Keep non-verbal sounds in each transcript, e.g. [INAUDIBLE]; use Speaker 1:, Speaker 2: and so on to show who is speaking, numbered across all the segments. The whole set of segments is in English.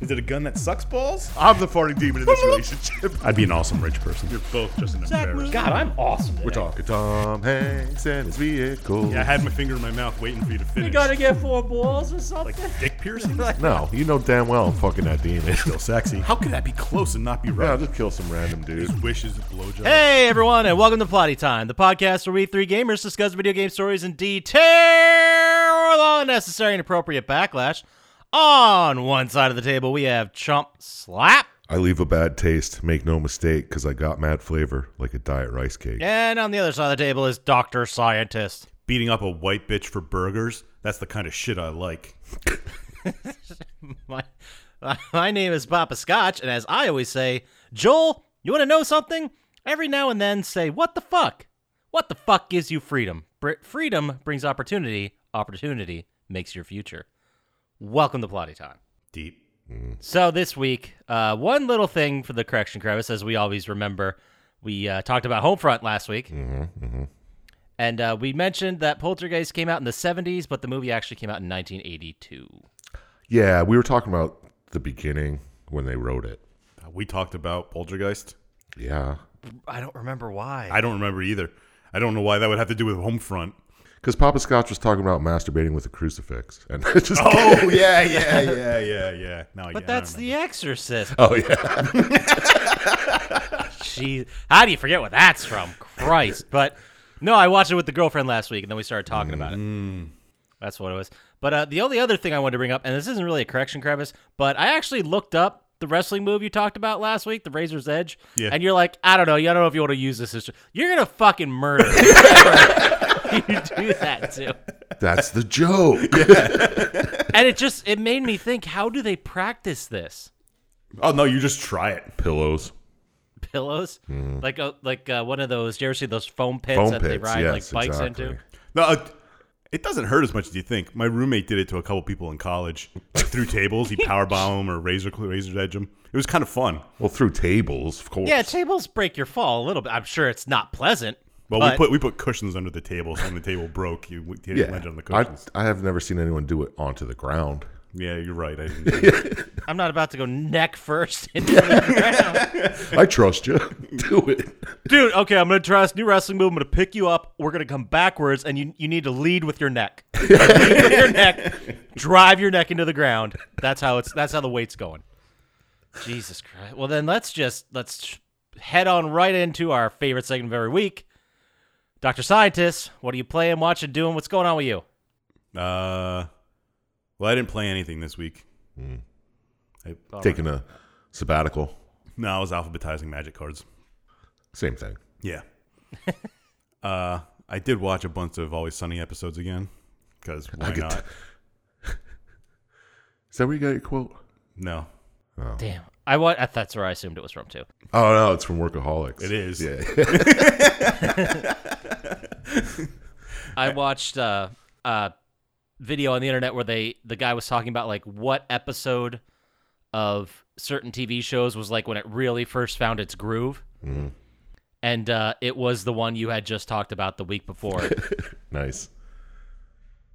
Speaker 1: Is it a gun that sucks balls?
Speaker 2: I'm the farting demon
Speaker 1: [LAUGHS]
Speaker 2: in this relationship.
Speaker 1: I'd be an awesome rich person.
Speaker 2: You're both just an embarrassment.
Speaker 1: God, I'm awesome.
Speaker 2: We're talking Tom Hanks and his vehicle.
Speaker 3: Yeah, I had my finger in my mouth waiting for you to finish.
Speaker 4: You gotta get four balls or something.
Speaker 3: dick piercing.
Speaker 4: [LAUGHS]
Speaker 2: No, you know damn well I'm fucking that demon.
Speaker 1: Still sexy.
Speaker 3: How could that be close and not be
Speaker 2: Yeah, I'll
Speaker 3: [LAUGHS] right?
Speaker 2: just kill some random dude.
Speaker 3: His wishes of blowjob.
Speaker 4: Hey everyone, and welcome to Plotty Time, the podcast where we three gamers discuss video game stories in detail, with all unnecessary and appropriate backlash. On one side of the table, we have Chump Slap,
Speaker 2: I leave a bad taste, make no mistake, because I got mad flavor like a diet rice cake.
Speaker 4: and on the other side of the table is Doctor Scientist.
Speaker 3: Beating up a white bitch for burgers. That's the kind of shit I like.
Speaker 4: My, [LAUGHS] my name is Papa Scotch, and as I always say, Joel, you want to know something? Every now and then say, What the fuck? What the fuck gives you freedom? Br- freedom brings opportunity, opportunity makes your future. Welcome to Plotty Time.
Speaker 3: Deep.
Speaker 4: So this week, uh, one little thing for the correction crevice, as we always remember, we uh, talked about Homefront last week, and uh, we mentioned that Poltergeist came out in the '70s, but the movie actually came out in 1982.
Speaker 2: Yeah, we were talking about the beginning when they wrote it.
Speaker 3: Uh, We talked about Poltergeist.
Speaker 2: Yeah.
Speaker 4: I don't remember why.
Speaker 3: I don't remember either. I don't know why that would have to do with Homefront.
Speaker 2: Because Papa Scotch was talking about masturbating with a crucifix. And [LAUGHS] I just
Speaker 3: [LAUGHS] Oh yeah, yeah, yeah, [LAUGHS] yeah, yeah. No,
Speaker 4: but that's The Exorcist.
Speaker 2: Oh, yeah.
Speaker 4: [LAUGHS] She, how do you forget what that's from? Christ! But no, I watched it with the girlfriend last week, and then we started talking about it. That's what it was. But uh, the only other thing I wanted to bring up, and this isn't really a correction, crevice, but I actually looked up the wrestling move you talked about last week, the Razor's Edge.
Speaker 3: Yeah.
Speaker 4: And you're like, I don't know, I don't know if you want to use this. as- You're gonna fucking murder. you do that too.
Speaker 2: That's the [LAUGHS] joke.
Speaker 4: And it just it made me think, how do they practice this?
Speaker 3: Oh no, you just try it.
Speaker 2: Pillows.
Speaker 4: Pillows, like a, like uh, one of those. Do you ever see those foam pits
Speaker 2: Mm-hmm. Foam
Speaker 4: that
Speaker 2: pits.
Speaker 4: they ride
Speaker 2: yes,
Speaker 4: like bikes
Speaker 2: exactly.
Speaker 4: into?
Speaker 3: No, uh, it doesn't hurt as much as you think. My roommate did it to a couple people in college. Like through tables, he powerbomb 'em or razor razor edge them. It was kind of fun.
Speaker 2: Well, through tables, of course.
Speaker 4: Yeah, tables break your fall a little bit. I'm sure it's not pleasant.
Speaker 3: Well,
Speaker 4: but
Speaker 3: we put we put cushions under the table, so when the table broke, you you didn't
Speaker 2: Yeah.
Speaker 3: land on the
Speaker 2: I,
Speaker 3: cushions.
Speaker 2: I have never seen anyone do it onto the ground.
Speaker 3: yeah, you're right. I
Speaker 2: [LAUGHS]
Speaker 3: didn't do that.
Speaker 4: I'm not about to go neck first [LAUGHS] into the ground.
Speaker 2: I trust you. [LAUGHS] do it.
Speaker 4: Dude, okay, I'm gonna try this new wrestling move. I'm gonna pick you up. We're gonna come backwards, and you you need to lead with your neck. lead with your neck. Drive your neck into the ground. That's how it's. That's how the weight's going. Jesus Christ. Well, then let's just let's head on right into our favorite segment of every week. Doctor Scientist, what are you playing, watching, doing? What's going on with you?
Speaker 3: Uh, well, I didn't play anything this week.
Speaker 2: Hmm.
Speaker 3: I,
Speaker 2: Taking a sabbatical.
Speaker 3: no, I was alphabetizing magic cards.
Speaker 2: Same thing.
Speaker 3: Yeah. uh, I did watch a bunch of Always Sunny episodes again because why
Speaker 2: could
Speaker 3: not?
Speaker 2: Is that where you got your quote?
Speaker 3: no,
Speaker 4: Damn. I want. That's where I assumed it was from too.
Speaker 2: Oh, no, it's from Workaholics.
Speaker 3: it is.
Speaker 4: I watched uh, a video on the internet where they the guy was talking about like what episode of certain TV shows was like when it really first found its groove,
Speaker 3: Mm-hmm.
Speaker 4: and uh, it was the one you had just talked about the week before.
Speaker 2: [LAUGHS]
Speaker 4: [LAUGHS]
Speaker 2: Nice.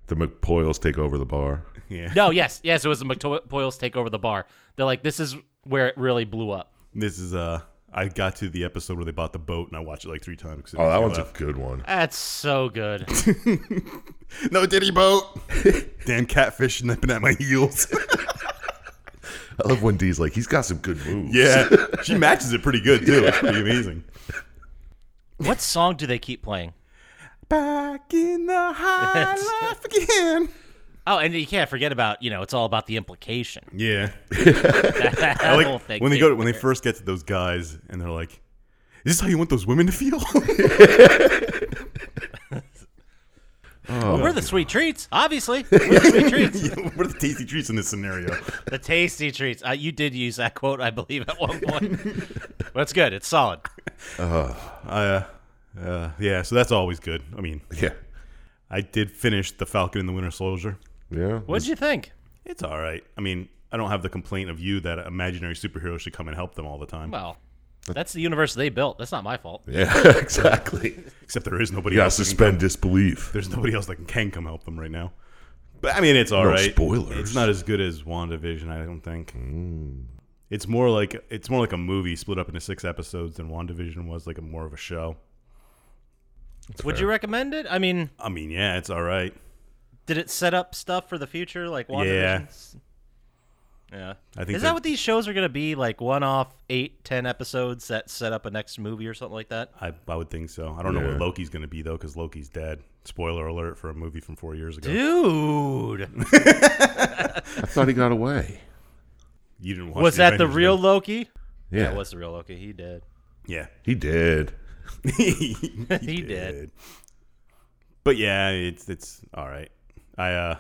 Speaker 2: The McPoyles take over the bar.
Speaker 3: Yeah.
Speaker 4: no, yes, yes, it was the McPoyles take over the bar. They're like, this is where it really blew up.
Speaker 3: This is uh, I got to the episode where they bought the boat, and I watched it like three times. 'cause it
Speaker 2: Oh,
Speaker 3: made
Speaker 2: that
Speaker 3: me
Speaker 2: one's a
Speaker 3: laugh.
Speaker 2: good one.
Speaker 4: That's
Speaker 3: [LAUGHS]
Speaker 4: so good.
Speaker 3: no diddy
Speaker 2: [LAUGHS]
Speaker 3: boat. Damn catfish nipping at my heels.
Speaker 2: I love when D's like, he's got some good moves.
Speaker 3: yeah, she matches it pretty good too. It's pretty amazing.
Speaker 4: what song do they keep playing?
Speaker 3: Back in the high life again.
Speaker 4: Oh, and you can't forget about you know it's all about the implication.
Speaker 3: Yeah.
Speaker 4: [LAUGHS] That
Speaker 3: [LAUGHS] I
Speaker 4: whole
Speaker 3: like
Speaker 4: thing
Speaker 3: when they
Speaker 4: too.
Speaker 3: go to, when they first get to those guys and they're like, "Is this how you want those women to feel?" [LAUGHS]
Speaker 4: Well, we're the sweet treats, obviously. We're
Speaker 3: [LAUGHS]
Speaker 4: the sweet treats.
Speaker 3: what are the tasty treats in this scenario?
Speaker 4: The tasty treats. Uh, you did use that quote, I believe, at one point. That's good. It's solid.
Speaker 3: Uh, uh, yeah. So that's always good. I mean,
Speaker 2: [LAUGHS] Yeah.
Speaker 3: I did finish the Falcon and the Winter Soldier.
Speaker 2: Yeah.
Speaker 4: What did you think?
Speaker 3: It's all right. I mean, I don't have the complaint of you that imaginary superheroes should come and help them all the time.
Speaker 4: Well, that's the universe they built. That's not my fault.
Speaker 2: Yeah, [LAUGHS] exactly.
Speaker 3: Except there is nobody
Speaker 2: You gotta
Speaker 3: else. that can- [LAUGHS]
Speaker 2: suspend disbelief.
Speaker 3: There's nobody else that can come help them right now. But I mean, it's all
Speaker 2: No
Speaker 3: right.
Speaker 2: spoilers. Mm.
Speaker 3: It's not as good as WandaVision, I don't think. It's more like it's more like a movie split up into six episodes than WandaVision was like a more of a show.
Speaker 4: Would you recommend it? I mean,
Speaker 3: I mean, yeah, it's all right.
Speaker 4: did it set up stuff for the future like WandaVision's? Yeah.
Speaker 3: I think
Speaker 4: Is
Speaker 3: that-
Speaker 4: that what these shows are going to be? Like one off, eight, ten episodes that set up a next movie or something like that?
Speaker 3: I, I would think so. I don't know
Speaker 2: Yeah.
Speaker 3: what Loki's going to be though, because Loki's dead. Spoiler alert for a movie from four years ago.
Speaker 4: Dude.
Speaker 2: I thought he got away.
Speaker 3: You didn't watch.
Speaker 4: Was
Speaker 3: the
Speaker 4: that the
Speaker 3: Avengers,
Speaker 4: real
Speaker 3: did
Speaker 4: Loki?
Speaker 2: Yeah,
Speaker 4: That was the real Loki. He did.
Speaker 3: you? Yeah,
Speaker 2: he did.
Speaker 4: [LAUGHS]
Speaker 3: he,
Speaker 4: He did.
Speaker 3: But yeah, it's it's all right. I uh,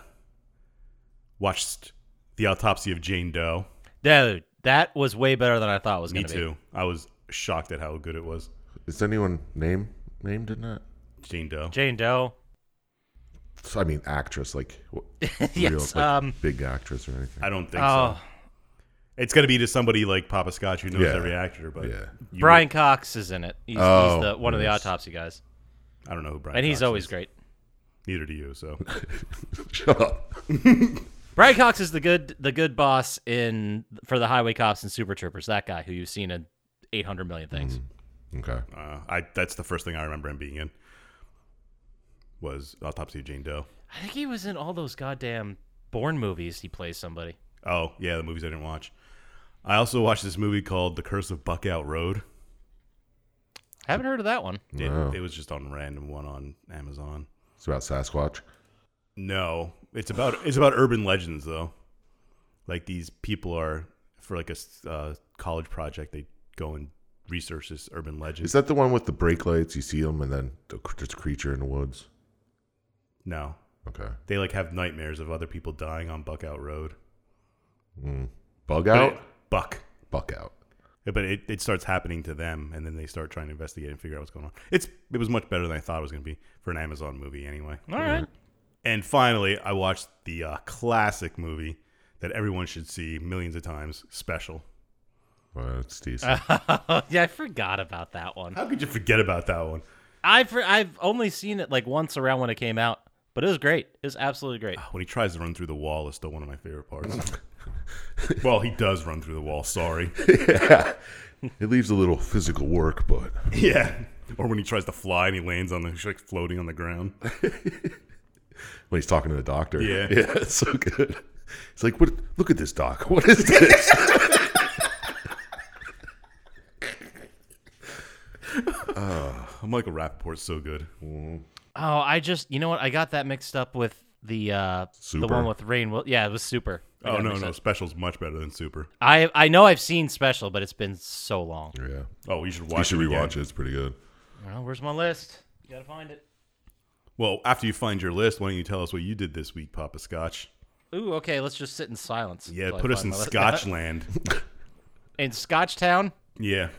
Speaker 3: watched the autopsy of Jane Doe.
Speaker 4: Dude, that was way better than I thought it was
Speaker 3: Me
Speaker 4: going to be.
Speaker 3: too. I was shocked at how good it was.
Speaker 2: Is anyone name named in that?
Speaker 3: Jane Doe.
Speaker 4: Jane Doe.
Speaker 2: I mean, actress like wh-
Speaker 4: Yes,
Speaker 2: real, like,
Speaker 4: um,
Speaker 2: big actress or anything.
Speaker 3: I don't think
Speaker 4: Oh,
Speaker 3: so. It's gonna be to somebody like Papa Scotch who knows
Speaker 2: Yeah.
Speaker 3: every actor, but
Speaker 2: Yeah. [LAUGHS]
Speaker 3: you-
Speaker 4: Brian Cox is in it. He's,
Speaker 2: Oh,
Speaker 4: he's the, one of the
Speaker 2: yes.
Speaker 4: autopsy guys,
Speaker 3: I don't know who Brian.
Speaker 4: and he's
Speaker 3: Cox
Speaker 4: always
Speaker 3: is.
Speaker 4: great.
Speaker 3: Neither do you. So
Speaker 2: Shut up.
Speaker 4: Brian Cox is the good the good boss in for the Highway Cops and Super Troopers. That guy who you've seen in eight hundred million things.
Speaker 3: Mm.
Speaker 2: Okay.
Speaker 3: uh, I that's the first thing I remember him being in was autopsy of Jane Doe.
Speaker 4: I think he was in all those goddamn Bourne movies. He plays somebody.
Speaker 3: Oh yeah, the movies I didn't watch. I also watched this movie called The Curse of Buckout Road.
Speaker 4: Haven't heard of that one.
Speaker 3: It,
Speaker 2: Wow.
Speaker 3: it was just on random one on Amazon.
Speaker 2: It's about Sasquatch.
Speaker 3: No, it's about it's about urban legends though. Like these people are for like a s- uh, college project, they go and research this urban legend.
Speaker 2: Is that the one with the brake lights? You see them, and then the- there's a creature in the woods.
Speaker 3: no,
Speaker 2: Okay.
Speaker 3: they like have nightmares of other people dying on Buckout Road.
Speaker 2: Bug
Speaker 3: But
Speaker 2: out.
Speaker 3: it- Buck.
Speaker 2: Buck out.
Speaker 3: Yeah, But it, it starts happening to them, and then they start trying to investigate and figure out what's going on. It's it was much better than I thought it was going to be for an Amazon movie, anyway.
Speaker 4: All right. [LAUGHS]
Speaker 3: And finally, I watched the uh, classic movie that everyone should see millions of times. Special.
Speaker 2: Well, it's decent.
Speaker 3: [LAUGHS]
Speaker 4: yeah, I forgot about that one.
Speaker 3: How could you forget about that one?
Speaker 4: I've I've only seen it like once around when it came out, but it was great. It was absolutely great.
Speaker 3: When he tries to run through the wall is still one of my favorite parts. well, he does run through the wall, sorry.
Speaker 2: it leaves a little physical work, but
Speaker 3: yeah. Or when he tries to fly and he lands on the he's like floating on the ground.
Speaker 2: when he's talking to the doctor,
Speaker 3: Yeah.
Speaker 2: [LAUGHS] yeah, it's so good. It's like, what? Look at this doc. [LAUGHS] What
Speaker 3: [LAUGHS]
Speaker 2: is this?
Speaker 3: Michael Rappaport's so good.
Speaker 4: Oh, I just you know what? I got that mixed up with the uh
Speaker 2: Super.
Speaker 4: the one with Rain. Wil- Yeah, it was super. I
Speaker 3: Oh
Speaker 4: got
Speaker 3: no,
Speaker 4: mixed
Speaker 3: no,
Speaker 4: up.
Speaker 3: special's much better than super.
Speaker 4: I I know I've seen special, but it's been so long.
Speaker 2: yeah,
Speaker 3: Oh, you should watch
Speaker 2: you should
Speaker 3: it. again.
Speaker 2: rewatch it. It's pretty good.
Speaker 4: Well, where's my list? You gotta find it.
Speaker 3: Well, after you find your list, why don't you tell us what you did this week, Papa Scotch?
Speaker 4: Ooh, okay. Let's just sit in silence.
Speaker 3: Yeah,
Speaker 4: until I
Speaker 3: put us
Speaker 4: find
Speaker 3: in
Speaker 4: my list. [LAUGHS]
Speaker 3: Scotchland.
Speaker 4: in Scotchtown.
Speaker 3: yeah.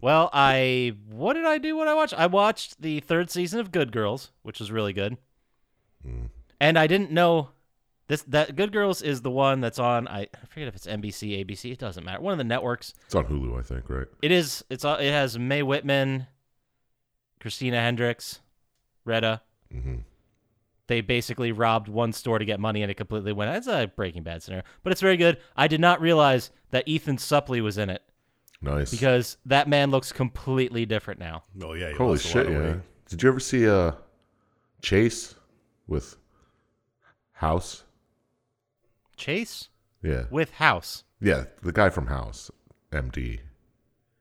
Speaker 4: Well, I what did I do? What I watched? I watched the third season of Good Girls, which was really good.
Speaker 3: Hmm.
Speaker 4: And I didn't know this that Good Girls is the one that's on. I, I forget if it's NBC, ABC. It doesn't matter. One of the networks.
Speaker 2: It's on Hulu, I think, right?
Speaker 4: It is. It's all- it has Mae Whitman, Christina Hendricks, Retta.
Speaker 2: Mhm.
Speaker 4: They basically robbed one store to get money, and it completely went. That's a Breaking Bad scenario, but it's very good. I did not realize that Ethan Suplee was in it
Speaker 2: Nice.
Speaker 4: because that man looks completely different now.
Speaker 3: Oh yeah. you
Speaker 2: Holy
Speaker 3: lost a lot
Speaker 2: shit!
Speaker 3: of
Speaker 2: Yeah.
Speaker 3: weight.
Speaker 2: Did you ever see uh, Chase with House?
Speaker 4: Chase
Speaker 2: Yeah,
Speaker 4: with House.
Speaker 2: yeah, the guy from House, MD.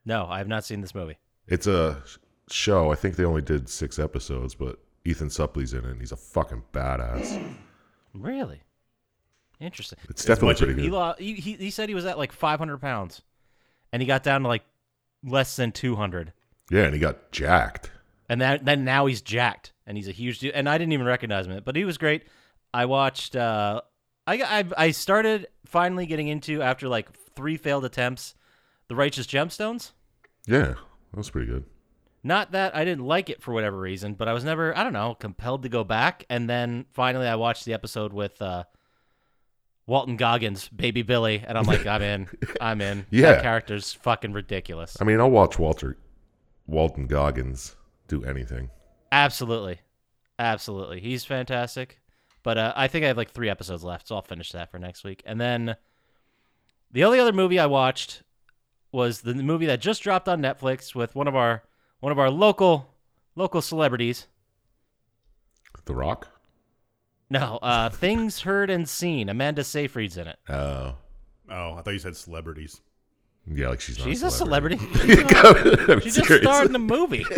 Speaker 4: No, I have not seen this movie.
Speaker 2: It's a sh- show. I think they only did six episodes, but Ethan Suplee's in it, and he's a fucking badass.
Speaker 4: Really interesting.
Speaker 2: It's definitely
Speaker 3: much as
Speaker 2: pretty
Speaker 4: He,
Speaker 2: good.
Speaker 4: lo- he, he he said he was at like 500 pounds, and he got down to like less than 200.
Speaker 2: yeah, and he got jacked.
Speaker 4: And that, then now he's jacked, and he's a huge dude. And I didn't even recognize him, but he was great. I watched. Uh, I, got- I I started finally getting into after like three failed attempts, the Righteous Gemstones.
Speaker 2: Yeah, that was pretty good.
Speaker 4: Not that I didn't like it for whatever reason, but I was never I don't know compelled to go back. And then finally, I watched the episode with uh, Walton Goggins, Baby Billy, and I'm like, I'm in, I'm in.
Speaker 2: Yeah.
Speaker 4: that character's fucking ridiculous.
Speaker 2: I mean, I'll watch Walter Walton Goggins do anything.
Speaker 4: Absolutely. Absolutely. He's fantastic. But uh, I think I have like three episodes left, so I'll finish that for next week. And then the only other movie I watched was the movie that just dropped on Netflix with one of our one of our local local celebrities.
Speaker 2: The Rock.
Speaker 4: No,
Speaker 2: [LAUGHS]
Speaker 4: uh, things heard and seen. Amanda Seyfried's in it.
Speaker 2: Oh,
Speaker 3: Oh, I thought you said celebrities.
Speaker 2: yeah, like she's not
Speaker 4: She's
Speaker 2: a
Speaker 4: a
Speaker 2: [LAUGHS]
Speaker 4: celebrity.
Speaker 2: celebrity. I'm
Speaker 4: She just
Speaker 2: serious.
Speaker 4: starred in the movie. [LAUGHS]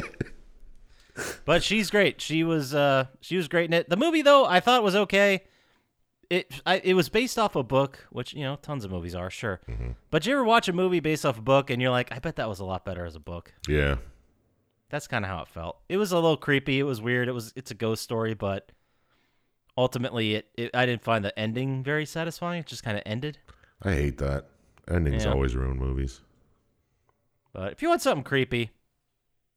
Speaker 4: but she's great. She was uh she was great in it. The movie though, I thought was okay. It I, it was based off a book, which you know, tons of movies are, sure. But you ever watch a movie based off a book and you're like, I bet that was a lot better as a book.
Speaker 2: Yeah,
Speaker 4: That's kind of how it felt. It was a little creepy, it was weird, it was it's a ghost story, but ultimately it, it I didn't find the ending very satisfying. It just kind of ended.
Speaker 2: I hate that. Endings
Speaker 4: Yeah.
Speaker 2: always ruin movies.
Speaker 4: But if you want something creepy,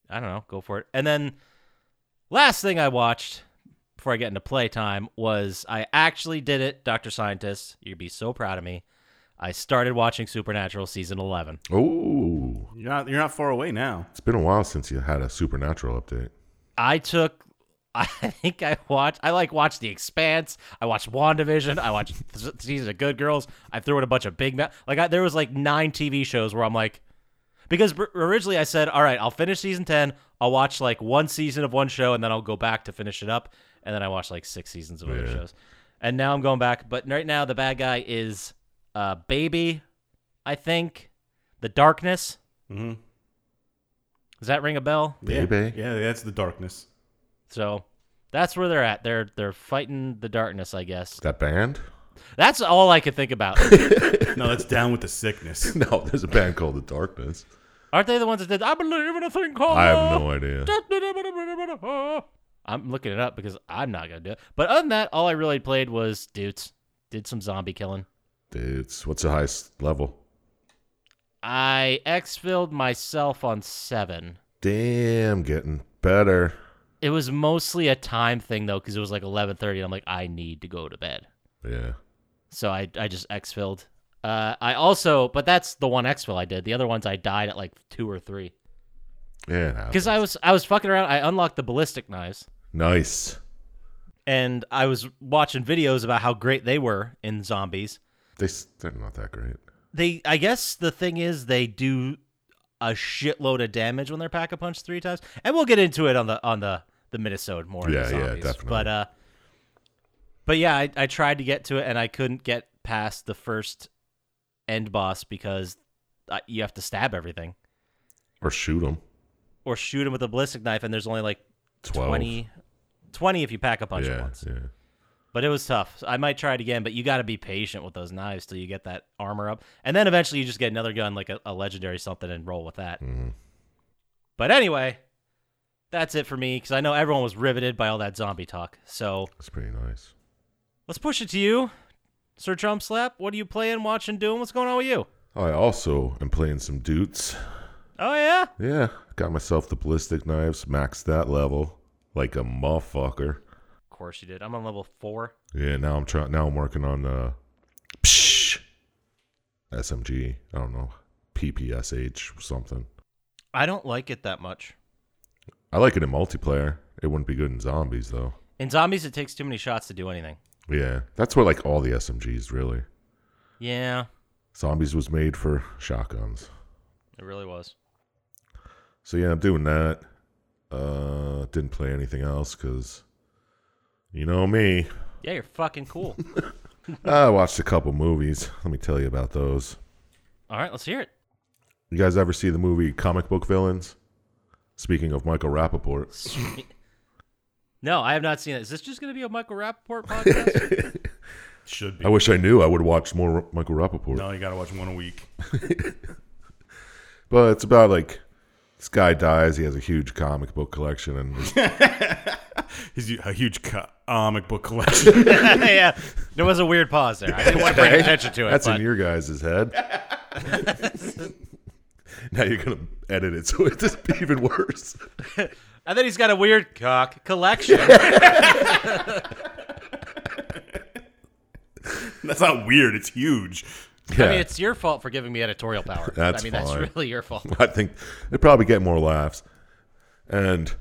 Speaker 4: I don't know, go for it. And then last thing I watched before I get into playtime was I actually did it, Dr. Scientist. You'd be so proud of me. I started watching Supernatural season 11.
Speaker 2: Oh,
Speaker 3: You're not you're not far away now.
Speaker 2: it's been a while since you had a Supernatural update.
Speaker 4: I took [LAUGHS] I think I watched I like watched The Expanse. I watched WandaVision. I watched [LAUGHS] th- season of Good Girls. I threw in a bunch of Big Mouth. Like I, there was like 9 TV shows where I'm like because br- originally I said, "All right, I'll finish season 10. I'll watch like one season of one show and then I'll go back to finish it up." And then I watched like 6 seasons of other
Speaker 2: Yeah.
Speaker 4: shows. And now I'm going back, but right now the bad guy is uh Baby, I think. The Darkness.
Speaker 3: Mm-hmm.
Speaker 4: Does that ring a bell?
Speaker 2: Baby.
Speaker 3: Yeah, that's the darkness.
Speaker 4: So that's where they're at. They're they're fighting the darkness, I guess.
Speaker 2: That band? [LAUGHS]
Speaker 4: That's all I could think about.
Speaker 3: No, that's down with the sickness.
Speaker 2: No, there's a band called The Darkness.
Speaker 4: Aren't they the ones that did I believe in a thing called
Speaker 2: I have no idea.
Speaker 4: [LAUGHS] idea. I'm looking it up because I'm not gonna do it. But other than that, all I really played was dudes. Did some zombie killing.
Speaker 2: It's what's the highest level?
Speaker 4: I exfilled myself on seven.
Speaker 2: Damn, getting better.
Speaker 4: It was mostly a time thing though, because it was like eleven thirty. I'm like, I need to go to bed.
Speaker 2: Yeah.
Speaker 4: So I, I just exfilled. Uh, I also, but that's the one exfil I did. The other ones I died at like two or three
Speaker 2: Yeah. it happens.
Speaker 4: because I was I was fucking around. I unlocked the ballistic knives
Speaker 2: nice.
Speaker 4: and I was watching videos about how great they were in zombies.
Speaker 2: They, s- they're not that great.
Speaker 4: They, I guess the thing is they do a shitload of damage when they're pack a punch three times, and we'll get into it on the on the the Minnesota more.
Speaker 2: Yeah,
Speaker 4: Yeah,
Speaker 2: yeah,
Speaker 4: zombies.
Speaker 2: definitely.
Speaker 4: But uh, but yeah, I, I tried to get to it and I couldn't get past the first end boss because uh, you have to stab everything
Speaker 2: Or shoot them.
Speaker 4: or shoot him with a ballistic knife, and there's only like
Speaker 2: 12.
Speaker 4: 20, 20 if you pack a punch
Speaker 2: yeah,
Speaker 4: once.
Speaker 2: yeah.
Speaker 4: But it was tough. So I might try it again, but you got to be patient with those knives till you get that armor up. And then eventually you just get another gun, like a, a legendary something, and roll with that.
Speaker 2: Mhm.
Speaker 4: But anyway, that's it for me because I know everyone was riveted by all that zombie talk. So
Speaker 2: It's pretty nice.
Speaker 4: let's push it to you, Sir Trump Slap. What are you playing, watching, doing? What's going on with you?
Speaker 2: I also am playing some dudes.
Speaker 4: Oh, yeah?
Speaker 2: Yeah, got myself the ballistic knives, maxed that level like a motherfucker.
Speaker 4: Of course you did. I'm on level four.
Speaker 2: Yeah, now I'm trying. Now I'm working on the psh, SMG. I don't know PPSH or something.
Speaker 4: I don't like it that much.
Speaker 2: I like it in multiplayer. It wouldn't be good in zombies though.
Speaker 4: In zombies, it takes too many shots to do anything.
Speaker 2: Yeah, that's what like all the SMGs really.
Speaker 4: Yeah,
Speaker 2: Zombies was made for shotguns.
Speaker 4: it really was.
Speaker 2: So yeah, I'm doing that. Uh, didn't play anything else because you know me.
Speaker 4: Yeah, you're fucking [LAUGHS] cool.
Speaker 2: I watched a couple movies. Let me tell you about those.
Speaker 4: all right, let's hear it.
Speaker 2: You guys ever see the movie Comic Book Villains? Speaking of Michael Rappaport,
Speaker 4: Sweet. no, I have not seen it. Is this just going to be a Michael Rappaport podcast?
Speaker 2: [LAUGHS]
Speaker 3: Should be.
Speaker 2: I wish I knew I would watch more Ra- Michael Rappaport.
Speaker 3: No, you gotta watch one a week.
Speaker 2: But it's about like this guy dies. He has a huge comic book collection, and
Speaker 3: He's a huge co- comic book collection.
Speaker 4: yeah, there was a weird pause there. I didn't want to bring attention to it.
Speaker 2: that's
Speaker 4: but
Speaker 2: in your guys' head.
Speaker 4: [LAUGHS]
Speaker 2: now you're gonna edit it so it just be even worse.
Speaker 4: and then he's got a weird cock collection.
Speaker 3: [LAUGHS] that's not weird. It's huge.
Speaker 4: I mean, it's your fault for giving me editorial power.
Speaker 2: That's
Speaker 4: I mean,
Speaker 2: fine.
Speaker 4: that's really your fault.
Speaker 2: I think they probably get more laughs. And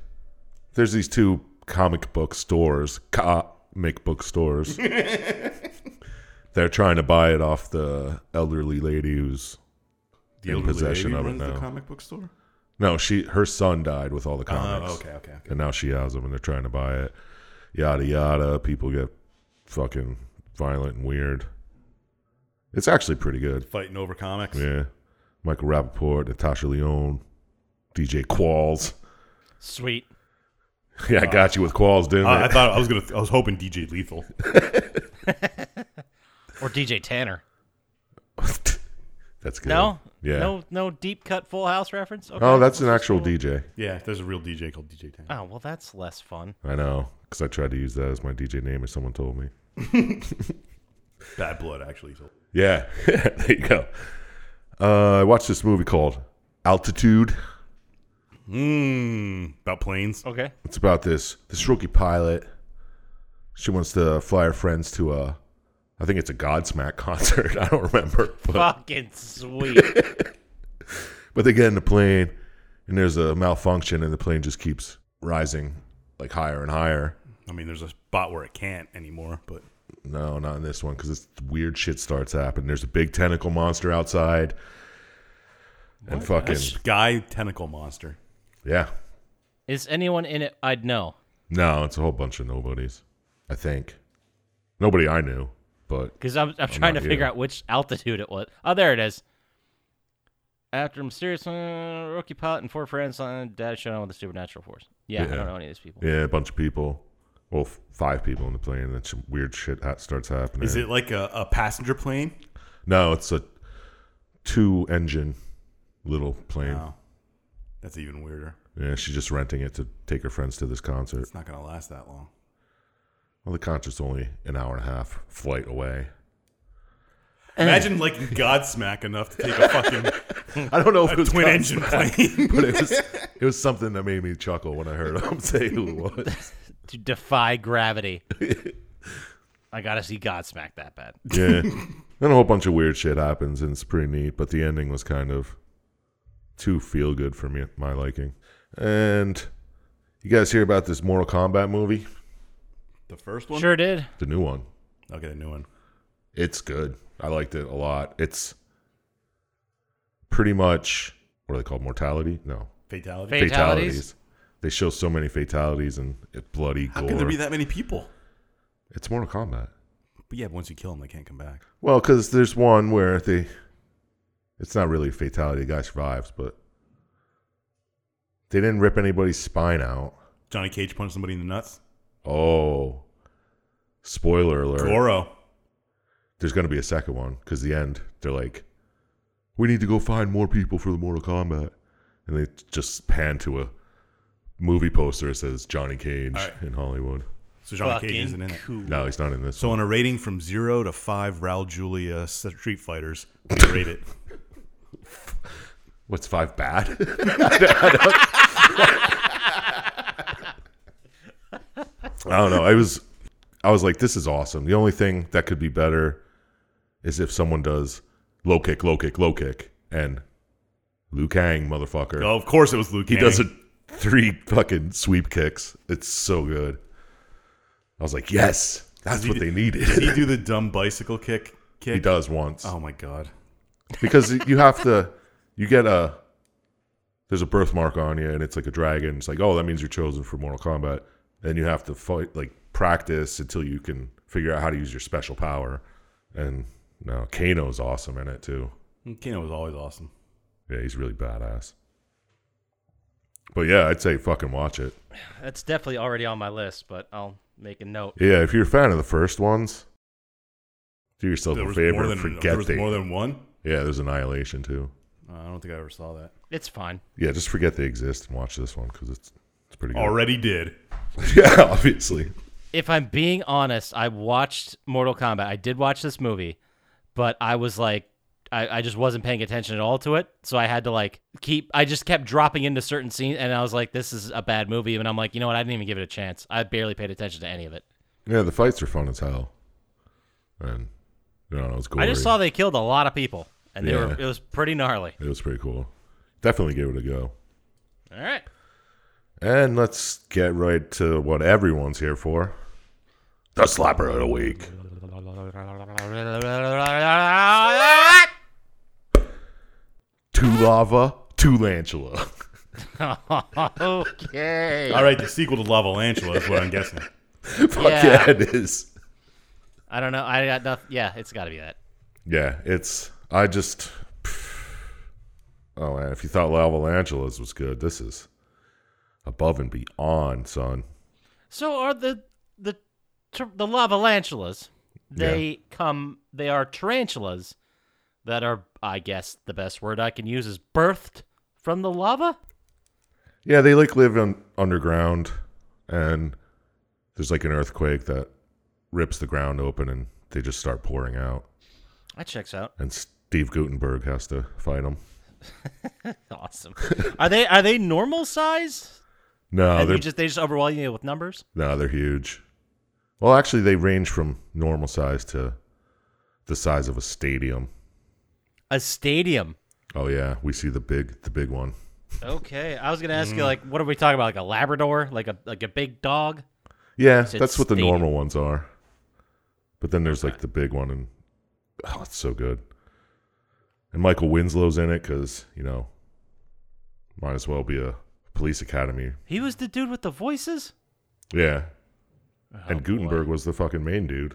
Speaker 2: there's these two comic book stores, co- McBook
Speaker 4: [LAUGHS]
Speaker 2: stores. They're trying to buy it off the elderly lady who's
Speaker 3: The
Speaker 2: In
Speaker 3: elderly
Speaker 2: possession
Speaker 3: lady
Speaker 2: of it
Speaker 3: runs the
Speaker 2: now.
Speaker 3: comic book store.
Speaker 2: no, she her son died with all the comics.
Speaker 3: Oh, okay, okay, okay.
Speaker 2: and now she has them and they're trying to buy it. Yada yada. People get fucking violent and weird. It's actually pretty good.
Speaker 3: Fighting over comics.
Speaker 2: Yeah. Michael Rappaport, Natasha Leone, DJ Qualls. [LAUGHS]
Speaker 4: Sweet.
Speaker 2: Yeah, I got you with Qualls, didn't
Speaker 3: Uh, I,
Speaker 2: I?
Speaker 3: I thought I was gonna. I was hoping DJ Lethal.
Speaker 4: Or DJ Tanner.
Speaker 2: [LAUGHS] that's good.
Speaker 4: No?
Speaker 2: Yeah.
Speaker 4: No no deep cut full house reference? Okay.
Speaker 2: Oh, that's an actual DJ.
Speaker 3: Yeah, there's a real DJ called DJ Tank.
Speaker 4: Oh well that's less fun.
Speaker 2: I know, because I tried to use that as my DJ name, and someone told me.
Speaker 3: Bad Blood actually. So.
Speaker 2: Yeah, [LAUGHS] there you go. Uh, I watched this movie called Altitude.
Speaker 3: Mmm. About planes.
Speaker 4: Okay.
Speaker 2: It's about this this rookie pilot. She wants to fly her friends to a, I think it's a Godsmack [LAUGHS] concert. I don't remember, but,
Speaker 4: Fucking sweet.
Speaker 2: [LAUGHS] but they get in the plane, and there's a malfunction, and the plane just keeps rising like higher and higher.
Speaker 3: I mean, there's a spot where it can't anymore, but
Speaker 2: No, not in this one because this weird shit starts happening. There's a big tentacle monster outside, and fucking
Speaker 3: Sky Tentacle Monster.
Speaker 2: yeah.
Speaker 4: Is anyone in it I'd know?
Speaker 2: No, it's a whole bunch of nobodies. I think nobody I knew, but
Speaker 4: Because I'm, I'm trying to
Speaker 2: not
Speaker 4: figure
Speaker 2: you.
Speaker 4: out which altitude it was. Oh, there it is. After a mysterious uh, rookie pilot and four friends, uh, dad showed on with a supernatural force. Yeah, I
Speaker 2: Yeah.
Speaker 4: don't know any of these people.
Speaker 2: yeah, a bunch of people. Well, f- five people in the plane. and That some weird shit ha- starts happening.
Speaker 3: Is it like a, a passenger plane?
Speaker 2: No, it's a two-engine little plane.
Speaker 3: No. That's even weirder.
Speaker 2: Yeah, she's just renting it to take her friends to this concert.
Speaker 3: It's not going to last that long.
Speaker 2: Well, the concert's only an hour and a half flight
Speaker 3: [LAUGHS]
Speaker 2: away. Eh.
Speaker 3: Imagine like Godsmack enough to take a fucking
Speaker 2: I don't know if it was
Speaker 3: twin
Speaker 2: [LAUGHS] Godsmack.
Speaker 3: engine plane.
Speaker 2: [LAUGHS] but it was it was something that made me chuckle when I heard [LAUGHS] him say who it was.
Speaker 4: To defy
Speaker 2: [LAUGHS]
Speaker 4: gravity. I gotta see Godsmack that bad.
Speaker 2: Yeah. [LAUGHS] Then a whole bunch of weird shit happens and it's pretty neat, but the ending was kind of too feel good for me my liking. And you guys hear about this Mortal Kombat movie?
Speaker 3: the first one?
Speaker 4: Sure did.
Speaker 2: The new one.
Speaker 3: I'll get a new one.
Speaker 2: It's good. I liked it a lot. It's pretty much what are they called? Mortality? No.
Speaker 3: Fatality?
Speaker 4: Fa- Fatalities?
Speaker 2: They show so many fatalities and it bloody
Speaker 3: How
Speaker 2: gore.
Speaker 3: can there be that many people?
Speaker 2: It's Mortal Kombat.
Speaker 3: But yeah, once you kill them, they can't come back.
Speaker 2: Well, because there's one where they, it's not really a fatality. The guy survives, but they didn't rip anybody's spine out.
Speaker 3: Johnny Cage punched somebody in the nuts.
Speaker 2: Oh, spoiler alert!
Speaker 3: Goro.
Speaker 2: There's going to be a second one because the end. They're like, we need to go find more people for the Mortal Kombat, and they just pan to a movie poster that says Johnny Cage
Speaker 3: All right.
Speaker 2: in Hollywood.
Speaker 3: So Johnny
Speaker 4: Fucking
Speaker 3: Cage isn't in it.
Speaker 4: cool.
Speaker 2: No, he's not in this.
Speaker 3: So on a rating from zero to five, Raul Julia Street Fighters, what do you rate it.
Speaker 2: [LAUGHS] What's five bad? [LAUGHS] I don't know. I was I was like, this is awesome. The only thing that could be better is if someone does low kick, low kick, low kick, and Liu Kang, motherfucker.
Speaker 3: Oh, of course it was Luke.
Speaker 2: he does it three fucking sweep kicks. It's so good. I was like, yes, that's what they
Speaker 3: Did
Speaker 2: needed.
Speaker 3: he do the dumb bicycle kick? Kick.
Speaker 2: [LAUGHS] He does once
Speaker 3: Oh my god.
Speaker 2: because you have to you get a there's a birthmark on you and it's like a dragon it's like oh that means you're chosen for mortal kombat and you have to fight like practice until you can figure out how to use your special power and no kano's awesome in it too
Speaker 3: Kano was always awesome.
Speaker 2: yeah he's really badass but yeah i'd say fucking watch it
Speaker 4: That's definitely already on my list, but I'll make a note.
Speaker 2: yeah if you're a fan of the first ones do yourself
Speaker 3: There
Speaker 2: a
Speaker 3: was
Speaker 2: favor
Speaker 3: more than
Speaker 2: and
Speaker 3: there
Speaker 2: forget
Speaker 3: was
Speaker 2: they
Speaker 3: more than one.
Speaker 2: yeah there's annihilation too
Speaker 3: Uh, I don't think I ever saw that.
Speaker 4: It's fine.
Speaker 2: yeah just forget they exist and watch this one because it's it's pretty good
Speaker 3: Already did.
Speaker 2: [LAUGHS] yeah obviously
Speaker 4: if I'm being honest, I watched Mortal Kombat. I did watch this movie, but I was like, I, I just wasn't paying attention at all to it. So I had to like keep, I just kept dropping into certain scenes and I was like, this is a bad movie. And I'm like, you know what? I didn't even give it a chance. I barely paid attention to any of it.
Speaker 2: Yeah, the fights are fun as hell, and you know it was cool.
Speaker 4: I just saw they killed a lot of people and they were,
Speaker 2: Yeah.
Speaker 4: it was pretty gnarly.
Speaker 2: it was pretty cool. Definitely give it a go.
Speaker 4: All right.
Speaker 2: And let's get right to what everyone's here for. The slapper of the week. Two lava, two lantula. [LAUGHS]
Speaker 4: okay.
Speaker 3: All right, the sequel to Lava Lantula is what I'm [LAUGHS] guessing.
Speaker 2: Fuck
Speaker 4: Yeah.
Speaker 2: yeah, it is.
Speaker 4: I don't know. I got nothing. Yeah, it's got to be that.
Speaker 2: Yeah, it's. I just. Oh man, if you thought Lava Lantulas was good, this is above and beyond, son.
Speaker 4: So are the the tur- the lavalantulas? They come. They are tarantulas that are, I guess, the best word I can use is birthed from the lava.
Speaker 2: Yeah, they like live on underground, and there's like an earthquake that rips the ground open, and they just start pouring out.
Speaker 4: That checks out. [LAUGHS]
Speaker 2: And Steve Gutenberg has to fight them.
Speaker 4: Awesome. are they are they normal size?
Speaker 2: No,
Speaker 4: and
Speaker 2: Uh, they're
Speaker 4: you just they just overwhelm you with numbers.
Speaker 2: no, they're huge. Well, actually, they range from normal size to the size of a stadium.
Speaker 4: A stadium.
Speaker 2: Oh yeah, we see the big, the big one.
Speaker 4: Okay, I was gonna ask you like, what are we talking about? Like a Labrador, like a like a big dog.
Speaker 2: Yeah,
Speaker 4: said
Speaker 2: that's what the
Speaker 4: stadium.
Speaker 2: normal ones are. But then there's like the big one, and oh, it's so good. And Michael Winslow's in it because you know, might as well be a police academy.
Speaker 4: He was the dude with the voices.
Speaker 2: Yeah, and Gutenberg was the fucking main dude.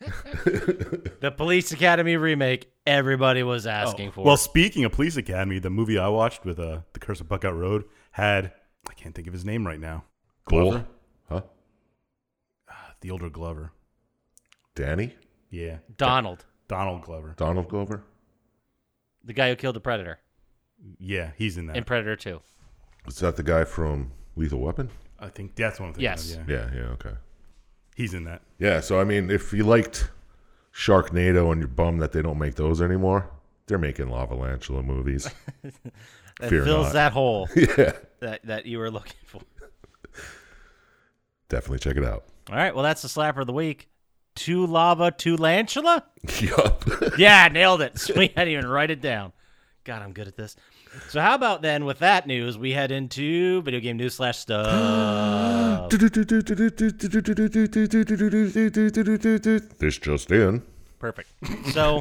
Speaker 4: The Police Academy remake. Everybody was asking for.
Speaker 3: Oh, Well, speaking of Police Academy, the movie I watched with uh, The Curse of Buckout Road had, I can't think of his name right now,
Speaker 2: Cool,
Speaker 3: Uh,
Speaker 2: huh?
Speaker 3: the older Glover.
Speaker 2: Danny,
Speaker 3: Yeah,
Speaker 4: Donald,
Speaker 3: Donald Glover.
Speaker 2: Donald Glover.
Speaker 4: the guy who killed the predator
Speaker 3: Yeah, he's in that.
Speaker 4: in Predator Two.
Speaker 2: Is that the guy from Lethal Weapon?
Speaker 3: I think that's one of the
Speaker 4: Yes.
Speaker 3: Yeah.
Speaker 2: Yeah, yeah, okay.
Speaker 3: he's in that.
Speaker 2: Yeah, so I mean, if you liked Sharknado and you're bummed that they don't make those anymore, they're making Lavalantula movies. [LAUGHS]
Speaker 4: That
Speaker 2: Fear
Speaker 4: fills
Speaker 2: not.
Speaker 4: that
Speaker 2: [LAUGHS]
Speaker 4: hole
Speaker 2: yeah,
Speaker 4: that that you were looking for.
Speaker 2: definitely check it out. [LAUGHS]
Speaker 4: All right. Well, that's the slapper of the week. Two lava, two lantula.
Speaker 2: yup.
Speaker 4: Yeah, nailed it. [LAUGHS] Sweet. I didn't even write it down. God, I'm good at this. So how about then with that news, we head into video game news
Speaker 2: [GASPS]
Speaker 4: slash stuff.
Speaker 2: this just in.
Speaker 4: Perfect.
Speaker 2: [LAUGHS]
Speaker 4: So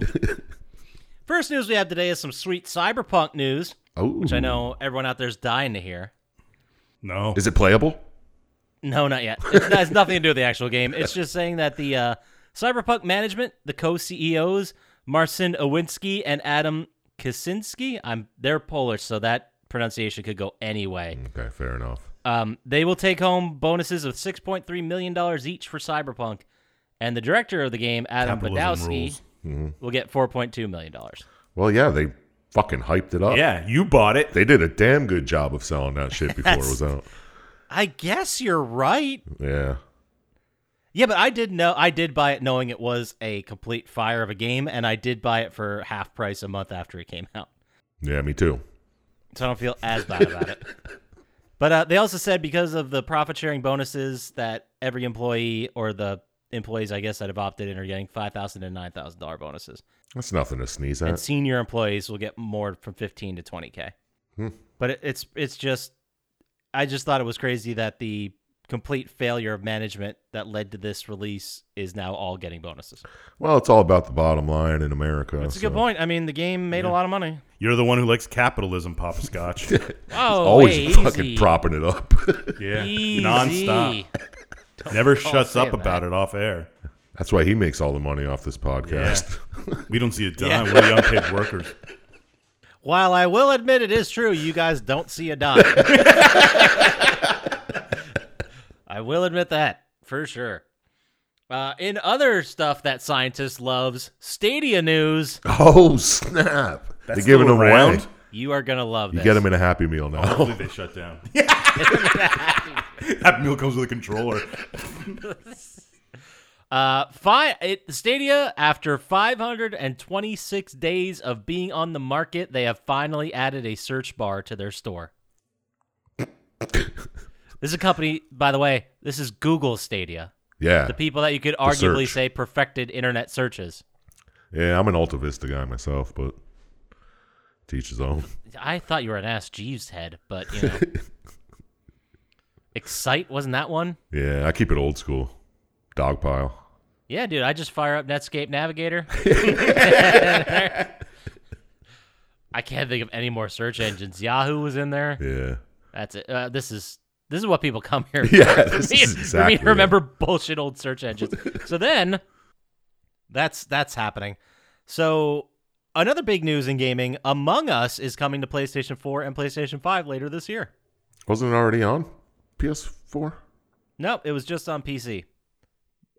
Speaker 4: first news we have today is some sweet cyberpunk news,
Speaker 2: Oh,
Speaker 4: which I know everyone out there's dying to hear.
Speaker 3: No,
Speaker 2: Is it playable?
Speaker 4: No, not yet. It has nothing to do with the actual game. It's just saying that the uh, Cyberpunk management, the co-CEOs Marcin Owinski and Adam Kaczynski, I'm they're Polish, so that pronunciation could go any way.
Speaker 2: Okay, fair enough.
Speaker 4: Um, they will take home bonuses of 6.3 million dollars each for Cyberpunk, and the director of the game, Adam
Speaker 3: Capitalism
Speaker 4: Badowski, will get 4.2 million dollars.
Speaker 2: Well, yeah, they fucking hyped it up.
Speaker 3: yeah, you bought it.
Speaker 2: They did a damn good job of selling that shit before it was out.
Speaker 4: I guess you're right.
Speaker 2: Yeah.
Speaker 4: Yeah, but I did know I did buy it knowing it was a complete fire of a game, and I did buy it for half price a month after it came out.
Speaker 2: Yeah, me too.
Speaker 4: so I don't feel as bad about it. But uh, they also said because of the profit sharing bonuses that every employee or the employees, I guess, that have opted in are getting five thousand and nine thousand dollar bonuses,
Speaker 2: That's nothing to sneeze
Speaker 4: and
Speaker 2: at.
Speaker 4: senior employees will get more from fifteen to twenty k.
Speaker 2: Hmm.
Speaker 4: But it, it's it's just, I just thought it was crazy that the complete failure of management that led to this release is now all getting bonuses.
Speaker 2: Well, it's all about the bottom line in America.
Speaker 4: That's a
Speaker 2: so-
Speaker 4: good point. I mean, the game made a lot of money.
Speaker 3: You're the one who likes capitalism, Papa
Speaker 2: [LAUGHS]
Speaker 3: Scotch.
Speaker 4: Oh,
Speaker 2: Always
Speaker 4: hey,
Speaker 2: fucking
Speaker 4: easy.
Speaker 2: propping it up. [LAUGHS]
Speaker 3: yeah,
Speaker 4: Easy.
Speaker 3: nonstop. Never shuts
Speaker 4: say
Speaker 3: up about
Speaker 4: that.
Speaker 3: it off air.
Speaker 2: That's why he makes all the money off this podcast. [LAUGHS]
Speaker 3: We don't see a dime.
Speaker 4: Yeah.
Speaker 3: We're the unpaid workers.
Speaker 4: While I will admit it is true, you guys don't see a dime. [LAUGHS] I will admit that for sure. Uh, in other stuff that scientists loves, Stadia news.
Speaker 2: Oh snap! They're giving
Speaker 3: still
Speaker 2: him
Speaker 3: around?
Speaker 2: round.
Speaker 4: You are gonna love
Speaker 2: You
Speaker 4: this.
Speaker 2: get him in a Happy Meal now.
Speaker 3: Hopefully they shut [LAUGHS] down. Happy Meal comes with a controller.
Speaker 4: Uh, fi- it, Stadia, after 526 days of being on the market, they have finally added a search bar to their store. this is a company, by the way. This is Google Stadia.
Speaker 2: yeah,
Speaker 4: the people that you could arguably
Speaker 2: search.
Speaker 4: say perfected internet searches.
Speaker 2: yeah. I'm an Alta Vista guy myself, but teach his own.
Speaker 4: I thought you were an ass Jeeves head, but you know. Excite wasn't that one?
Speaker 2: Yeah, I keep it old school. Dog pile.
Speaker 4: Yeah, dude, I just fire up Netscape Navigator.
Speaker 2: [LAUGHS]
Speaker 4: I can't think of any more search engines. Yahoo was in there. [LAUGHS]
Speaker 2: Yeah.
Speaker 4: That's it. Uh, this is this is what people come here for.
Speaker 2: Yeah, [LAUGHS]
Speaker 4: for
Speaker 2: this
Speaker 4: [LAUGHS] me,
Speaker 2: is
Speaker 4: for
Speaker 2: exactly
Speaker 4: me to
Speaker 2: it.
Speaker 4: remember bullshit old search engines. so then, that's that's happening. So another big news in gaming: Among Us is coming to PlayStation 4 and PlayStation 5 later this year.
Speaker 2: Wasn't it already on PS4?
Speaker 4: No, it was just on PC,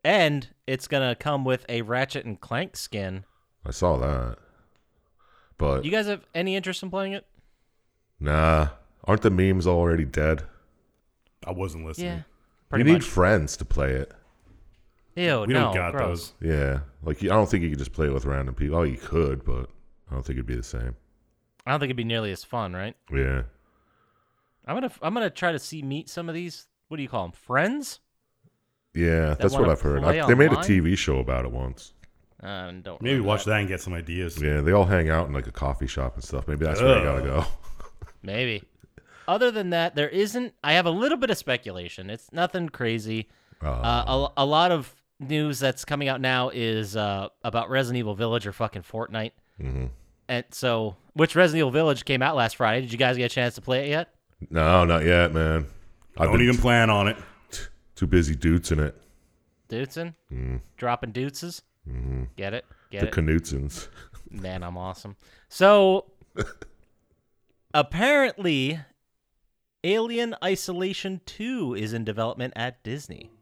Speaker 4: and it's gonna come with a Ratchet and Clank skin.
Speaker 2: I saw that. But
Speaker 4: You guys have any interest in playing it?
Speaker 2: nah. Aren't the memes already dead?
Speaker 3: I wasn't listening.
Speaker 4: Yeah,
Speaker 2: You
Speaker 4: pretty
Speaker 2: need
Speaker 4: much.
Speaker 2: friends to play it.
Speaker 4: Ew,
Speaker 3: We
Speaker 4: no,
Speaker 3: don't got
Speaker 4: gross.
Speaker 3: those.
Speaker 2: Yeah. Like you- I don't think you could just play it with random people. Oh, you could, but I don't think it'd be the same.
Speaker 4: I don't think it'd be nearly as fun, right?
Speaker 2: Yeah.
Speaker 4: I'm gonna I'm gonna try to see meet some of these. What do you call them? Friends?
Speaker 2: Yeah, that's what
Speaker 4: wanna
Speaker 2: I've heard.
Speaker 4: play
Speaker 2: I- they made a
Speaker 4: online?
Speaker 2: TV show about it once.
Speaker 4: Uh, don't
Speaker 3: Maybe
Speaker 4: remember
Speaker 3: watch
Speaker 4: that.
Speaker 3: that and get some ideas.
Speaker 2: Yeah, they all hang out in like a coffee shop and stuff. Maybe that's where I gotta go.
Speaker 4: Maybe. Other than that, there isn't. I have a little bit of speculation. It's nothing crazy.
Speaker 3: Oh.
Speaker 4: Uh, a, a lot of news that's coming out now is uh, about Resident Evil Village or fucking Fortnite.
Speaker 3: Mm-hmm.
Speaker 2: hmm
Speaker 4: And so, which Resident Evil Village came out last Friday? Did you guys get a chance to play it yet?
Speaker 2: [LAUGHS] No, not yet, man. I've
Speaker 3: Don't
Speaker 2: been
Speaker 3: even
Speaker 2: t-
Speaker 3: plan on it.
Speaker 2: too busy dudes in it.
Speaker 4: Dudeson?
Speaker 2: Mm-hmm.
Speaker 4: Dropping dudeses? Get it? Get
Speaker 2: The
Speaker 4: it?
Speaker 2: Knutsons.
Speaker 4: Man, I'm awesome. So
Speaker 2: [LAUGHS]
Speaker 4: apparently Alien Isolation 2 is in development at Disney.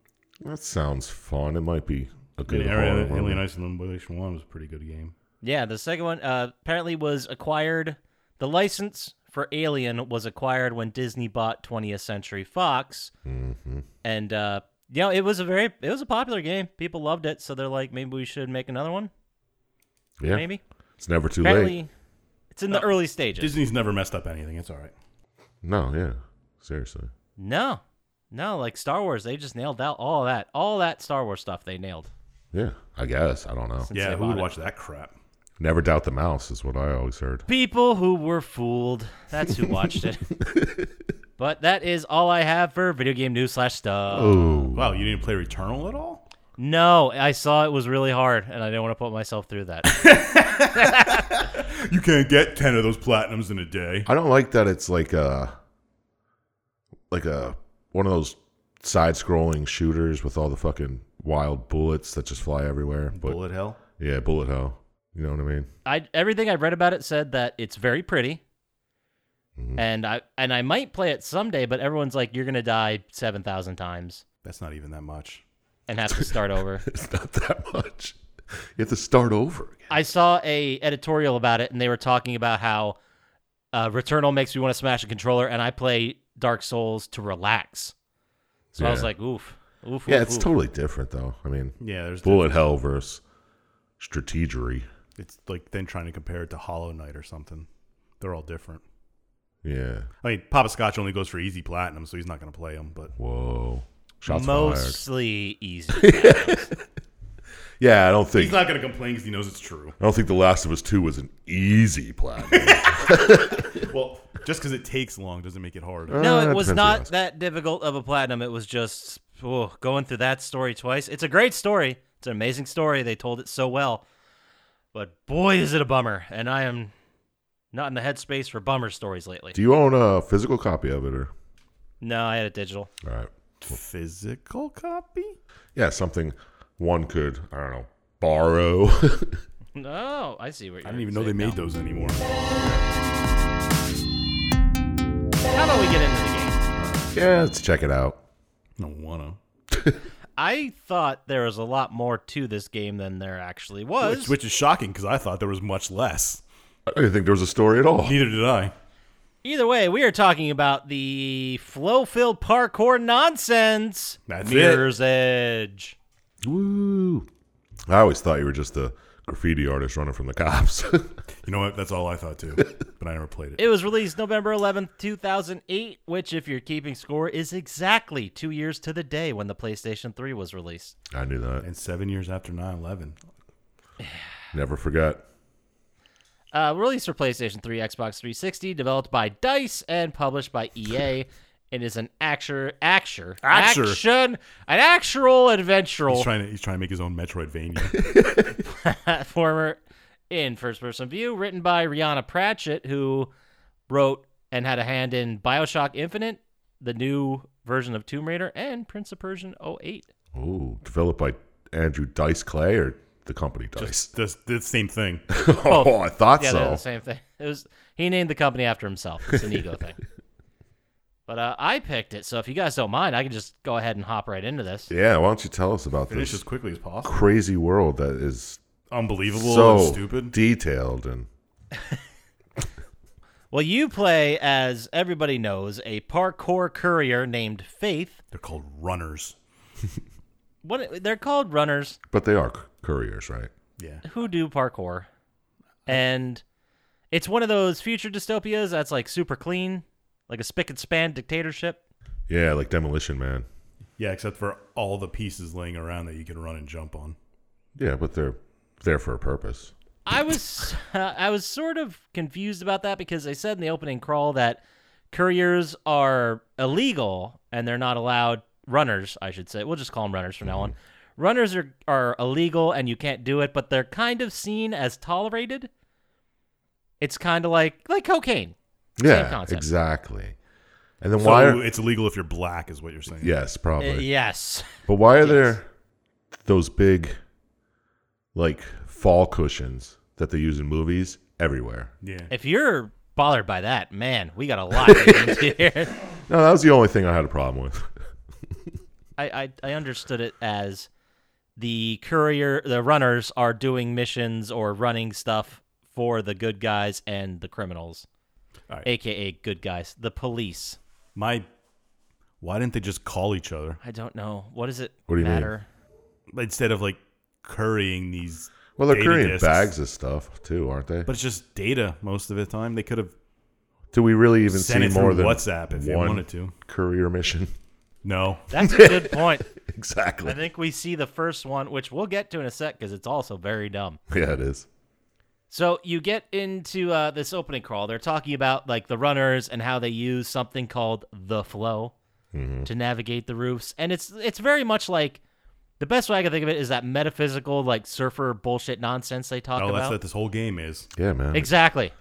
Speaker 2: That sounds fun. It might be a
Speaker 3: And
Speaker 2: good horror
Speaker 3: Alien
Speaker 2: one.
Speaker 3: Alien Isolation One was a pretty good game.
Speaker 4: Yeah, the second one uh, apparently was acquired. The license for Alien was acquired when Disney bought 20th
Speaker 2: [LAUGHS]
Speaker 4: Century Fox,
Speaker 2: Mhm.
Speaker 4: and uh, you know it was a very it was a popular game. People loved it, so they're like, maybe we should make another one.
Speaker 2: Yeah,
Speaker 4: Maybe
Speaker 2: it's never too
Speaker 4: apparently
Speaker 2: late. Uh,
Speaker 4: it's in the early stages.
Speaker 3: Disney's never messed up anything. It's all right.
Speaker 2: No, yeah, seriously.
Speaker 4: No, no, like Star Wars, they just nailed out all that, all that Star Wars stuff. They nailed.
Speaker 2: Yeah, I guess I don't know.
Speaker 4: Since
Speaker 3: Yeah,
Speaker 4: they
Speaker 3: who would
Speaker 4: bought it.
Speaker 3: watch that crap?
Speaker 2: Never doubt the mouse is what I always heard.
Speaker 4: People who were fooled. That's who watched it. but that is all I have for video game news slash stuff.
Speaker 2: Oh,
Speaker 3: Wow, you didn't play Returnal at all?
Speaker 4: No, I saw it was really hard, and I didn't want to put myself through that.
Speaker 3: You can't get ten of those platinums in a day.
Speaker 2: I don't like that. It's like a, like a one of those side-scrolling shooters with all the fucking wild bullets that just fly everywhere. But
Speaker 3: Bullet hell.
Speaker 2: yeah, bullet hell. You know what I mean? [LAUGHS]
Speaker 4: I everything I read about it said that it's very pretty, and I and I might play it someday. But everyone's like, you're gonna die seven thousand times
Speaker 3: That's not even that much.
Speaker 4: and have to start over.
Speaker 2: It's not that much. You have to start over again.
Speaker 4: I saw a editorial about it, and they were talking about how uh, Returnal makes me want to smash a controller, and I play Dark Souls to relax. So I was
Speaker 2: Yeah.
Speaker 4: like, oof, oof.
Speaker 2: Yeah,
Speaker 4: oof,
Speaker 2: it's
Speaker 4: oof.
Speaker 2: totally different though. I mean,
Speaker 3: Yeah, there's
Speaker 2: bullet hell versus strategery.
Speaker 3: It's like then trying to compare it to Hollow Knight or something. They're all different.
Speaker 2: Yeah.
Speaker 3: I mean, Papa Scotch only goes for easy platinum, so he's not going to play them. But
Speaker 2: Whoa. Shots fired.
Speaker 4: mostly easy.
Speaker 2: [LAUGHS] Yeah, I don't think
Speaker 3: he's not going to complain because he knows it's true.
Speaker 2: I don't think The Last of Us Two was an easy platinum.
Speaker 3: [LAUGHS] Well, just because it takes long doesn't make it hard.
Speaker 4: no,
Speaker 2: Uh,
Speaker 4: it
Speaker 2: depends who
Speaker 4: was
Speaker 2: you
Speaker 4: not
Speaker 2: ask.
Speaker 4: that difficult of a platinum. It was just oh, going through that story twice. It's a great story. It's an amazing story. They told it so well. But boy, is it a bummer. And I am not in the headspace for bummer stories lately.
Speaker 2: Do you own a physical copy of it or?
Speaker 4: No, I had a digital.
Speaker 2: All right.
Speaker 3: Physical copy?
Speaker 2: Yeah, something one could I don't know borrow. [LAUGHS]
Speaker 4: No, Oh, I see what you're
Speaker 3: I didn't even know they
Speaker 4: saying
Speaker 3: made
Speaker 4: now.
Speaker 3: those anymore.
Speaker 4: How about we get into the game?
Speaker 2: yeah, let's check it out.
Speaker 3: Don't want to.
Speaker 4: I thought there was a lot more to this game than there actually was.
Speaker 3: Which, which is shocking because I thought there was much less.
Speaker 2: I didn't think there was a story at all.
Speaker 3: Neither did I.
Speaker 4: Either way, we are talking about the flow-filled parkour nonsense.
Speaker 3: That's
Speaker 4: Mirror's Edge.
Speaker 2: Woo! I always thought you were just a graffiti artist running from the [LAUGHS] cops.
Speaker 3: You know what? That's all I thought too, [LAUGHS] but I never played it.
Speaker 4: It was released November 11th, 2008, which, if you're keeping score, is exactly two years to the day when the PlayStation 3 was released.
Speaker 2: I knew that.
Speaker 3: And seven years after 9 11.
Speaker 2: Never forget.
Speaker 3: [LAUGHS]
Speaker 4: Uh, released for PlayStation 3, Xbox 360, developed by DICE and published by EA. It is an actor, actor,
Speaker 3: Acture.
Speaker 4: action, an actual adventural
Speaker 3: He's trying to he's trying to make his own [LAUGHS] Metroidvania.
Speaker 4: platformer in first person view, written by Rihanna Pratchett, who wrote and had a hand in Bioshock Infinite, the new version of Tomb Raider, and Prince of Persia 08.
Speaker 2: Oh, developed by Andrew Dice Clay or the company Dice.
Speaker 3: That's the same thing.
Speaker 2: [LAUGHS] oh, I thought
Speaker 4: Yeah, they're
Speaker 2: so.
Speaker 4: the same thing. [LAUGHS] It was he named the company after himself. It's an
Speaker 2: [LAUGHS]
Speaker 4: ego thing. But uh, I picked it, so if you guys don't mind, I can just go ahead and hop right into this.
Speaker 2: Yeah, why don't you tell us about
Speaker 3: Finish
Speaker 2: this
Speaker 3: as quickly as possible.
Speaker 2: crazy world that is
Speaker 3: Unbelievable
Speaker 2: so
Speaker 3: and stupid.
Speaker 2: detailed and
Speaker 4: Well, you play as everybody knows a parkour courier named Faith.
Speaker 3: They're called runners.
Speaker 4: What they're called runners
Speaker 2: but they are c- couriers, right?
Speaker 3: Yeah.
Speaker 4: who do parkour, and it's one of those future dystopias that's like super clean, like a spick and span dictatorship.
Speaker 2: Yeah, like Demolition Man.
Speaker 3: Yeah, except for all the pieces laying around that you can run and jump on.
Speaker 2: Yeah, but they're there for a purpose.
Speaker 4: I was [LAUGHS] I was sort of confused about that because they said in the opening crawl that couriers are illegal and they're not allowed runners, I should say. We'll just call them runners from now on. Runners are are illegal and you can't do it, but they're kind of seen as tolerated. It's kind of like like cocaine.
Speaker 2: Yeah,
Speaker 4: concept.
Speaker 2: exactly. And then
Speaker 3: So
Speaker 2: why? Are,
Speaker 3: it's illegal if you're black, is what you're saying.
Speaker 2: yes,
Speaker 4: Uh,
Speaker 2: probably.
Speaker 4: yes.
Speaker 2: But why are there those big, like fall cushions that they use in movies everywhere?
Speaker 3: Yeah.
Speaker 4: If you're bothered by that, man, we got a lot to get
Speaker 2: [LAUGHS]
Speaker 4: into here.
Speaker 2: No, that was the only thing I had a problem with. [LAUGHS]
Speaker 4: I, I I understood it as the courier the runners are doing missions or running stuff for the good guys and the criminals.
Speaker 3: All right.
Speaker 4: AKA good guys. The police.
Speaker 3: My why didn't they just call each other?
Speaker 4: I don't know. What does it
Speaker 2: What do you mean? [LAUGHS]
Speaker 4: matter?
Speaker 3: Instead of like currying these
Speaker 2: Well, they're
Speaker 3: data
Speaker 2: carrying
Speaker 3: disks.
Speaker 2: bags of stuff too, aren't they?
Speaker 3: But it's just data most of the time. They could have
Speaker 2: Do we really even
Speaker 3: Send
Speaker 2: see
Speaker 3: it
Speaker 2: more
Speaker 3: through
Speaker 2: than
Speaker 3: WhatsApp if you
Speaker 2: one
Speaker 3: wanted to.
Speaker 2: courier mission? [LAUGHS]
Speaker 3: no.
Speaker 4: That's a good point. I
Speaker 2: exactly.
Speaker 4: think we see the first one, which we'll get to in a sec because it's also very dumb.
Speaker 2: yeah, it is.
Speaker 4: So you get into uh, this opening crawl. They're talking about like the runners and how they use something called the flow
Speaker 3: Mm-hmm.
Speaker 4: to navigate the roofs, and it's it's very much like the best way I can think of it is that metaphysical like surfer bullshit nonsense they talk
Speaker 3: Oh, that's
Speaker 4: about.
Speaker 3: what this whole game is.
Speaker 2: Yeah, man.
Speaker 4: Exactly.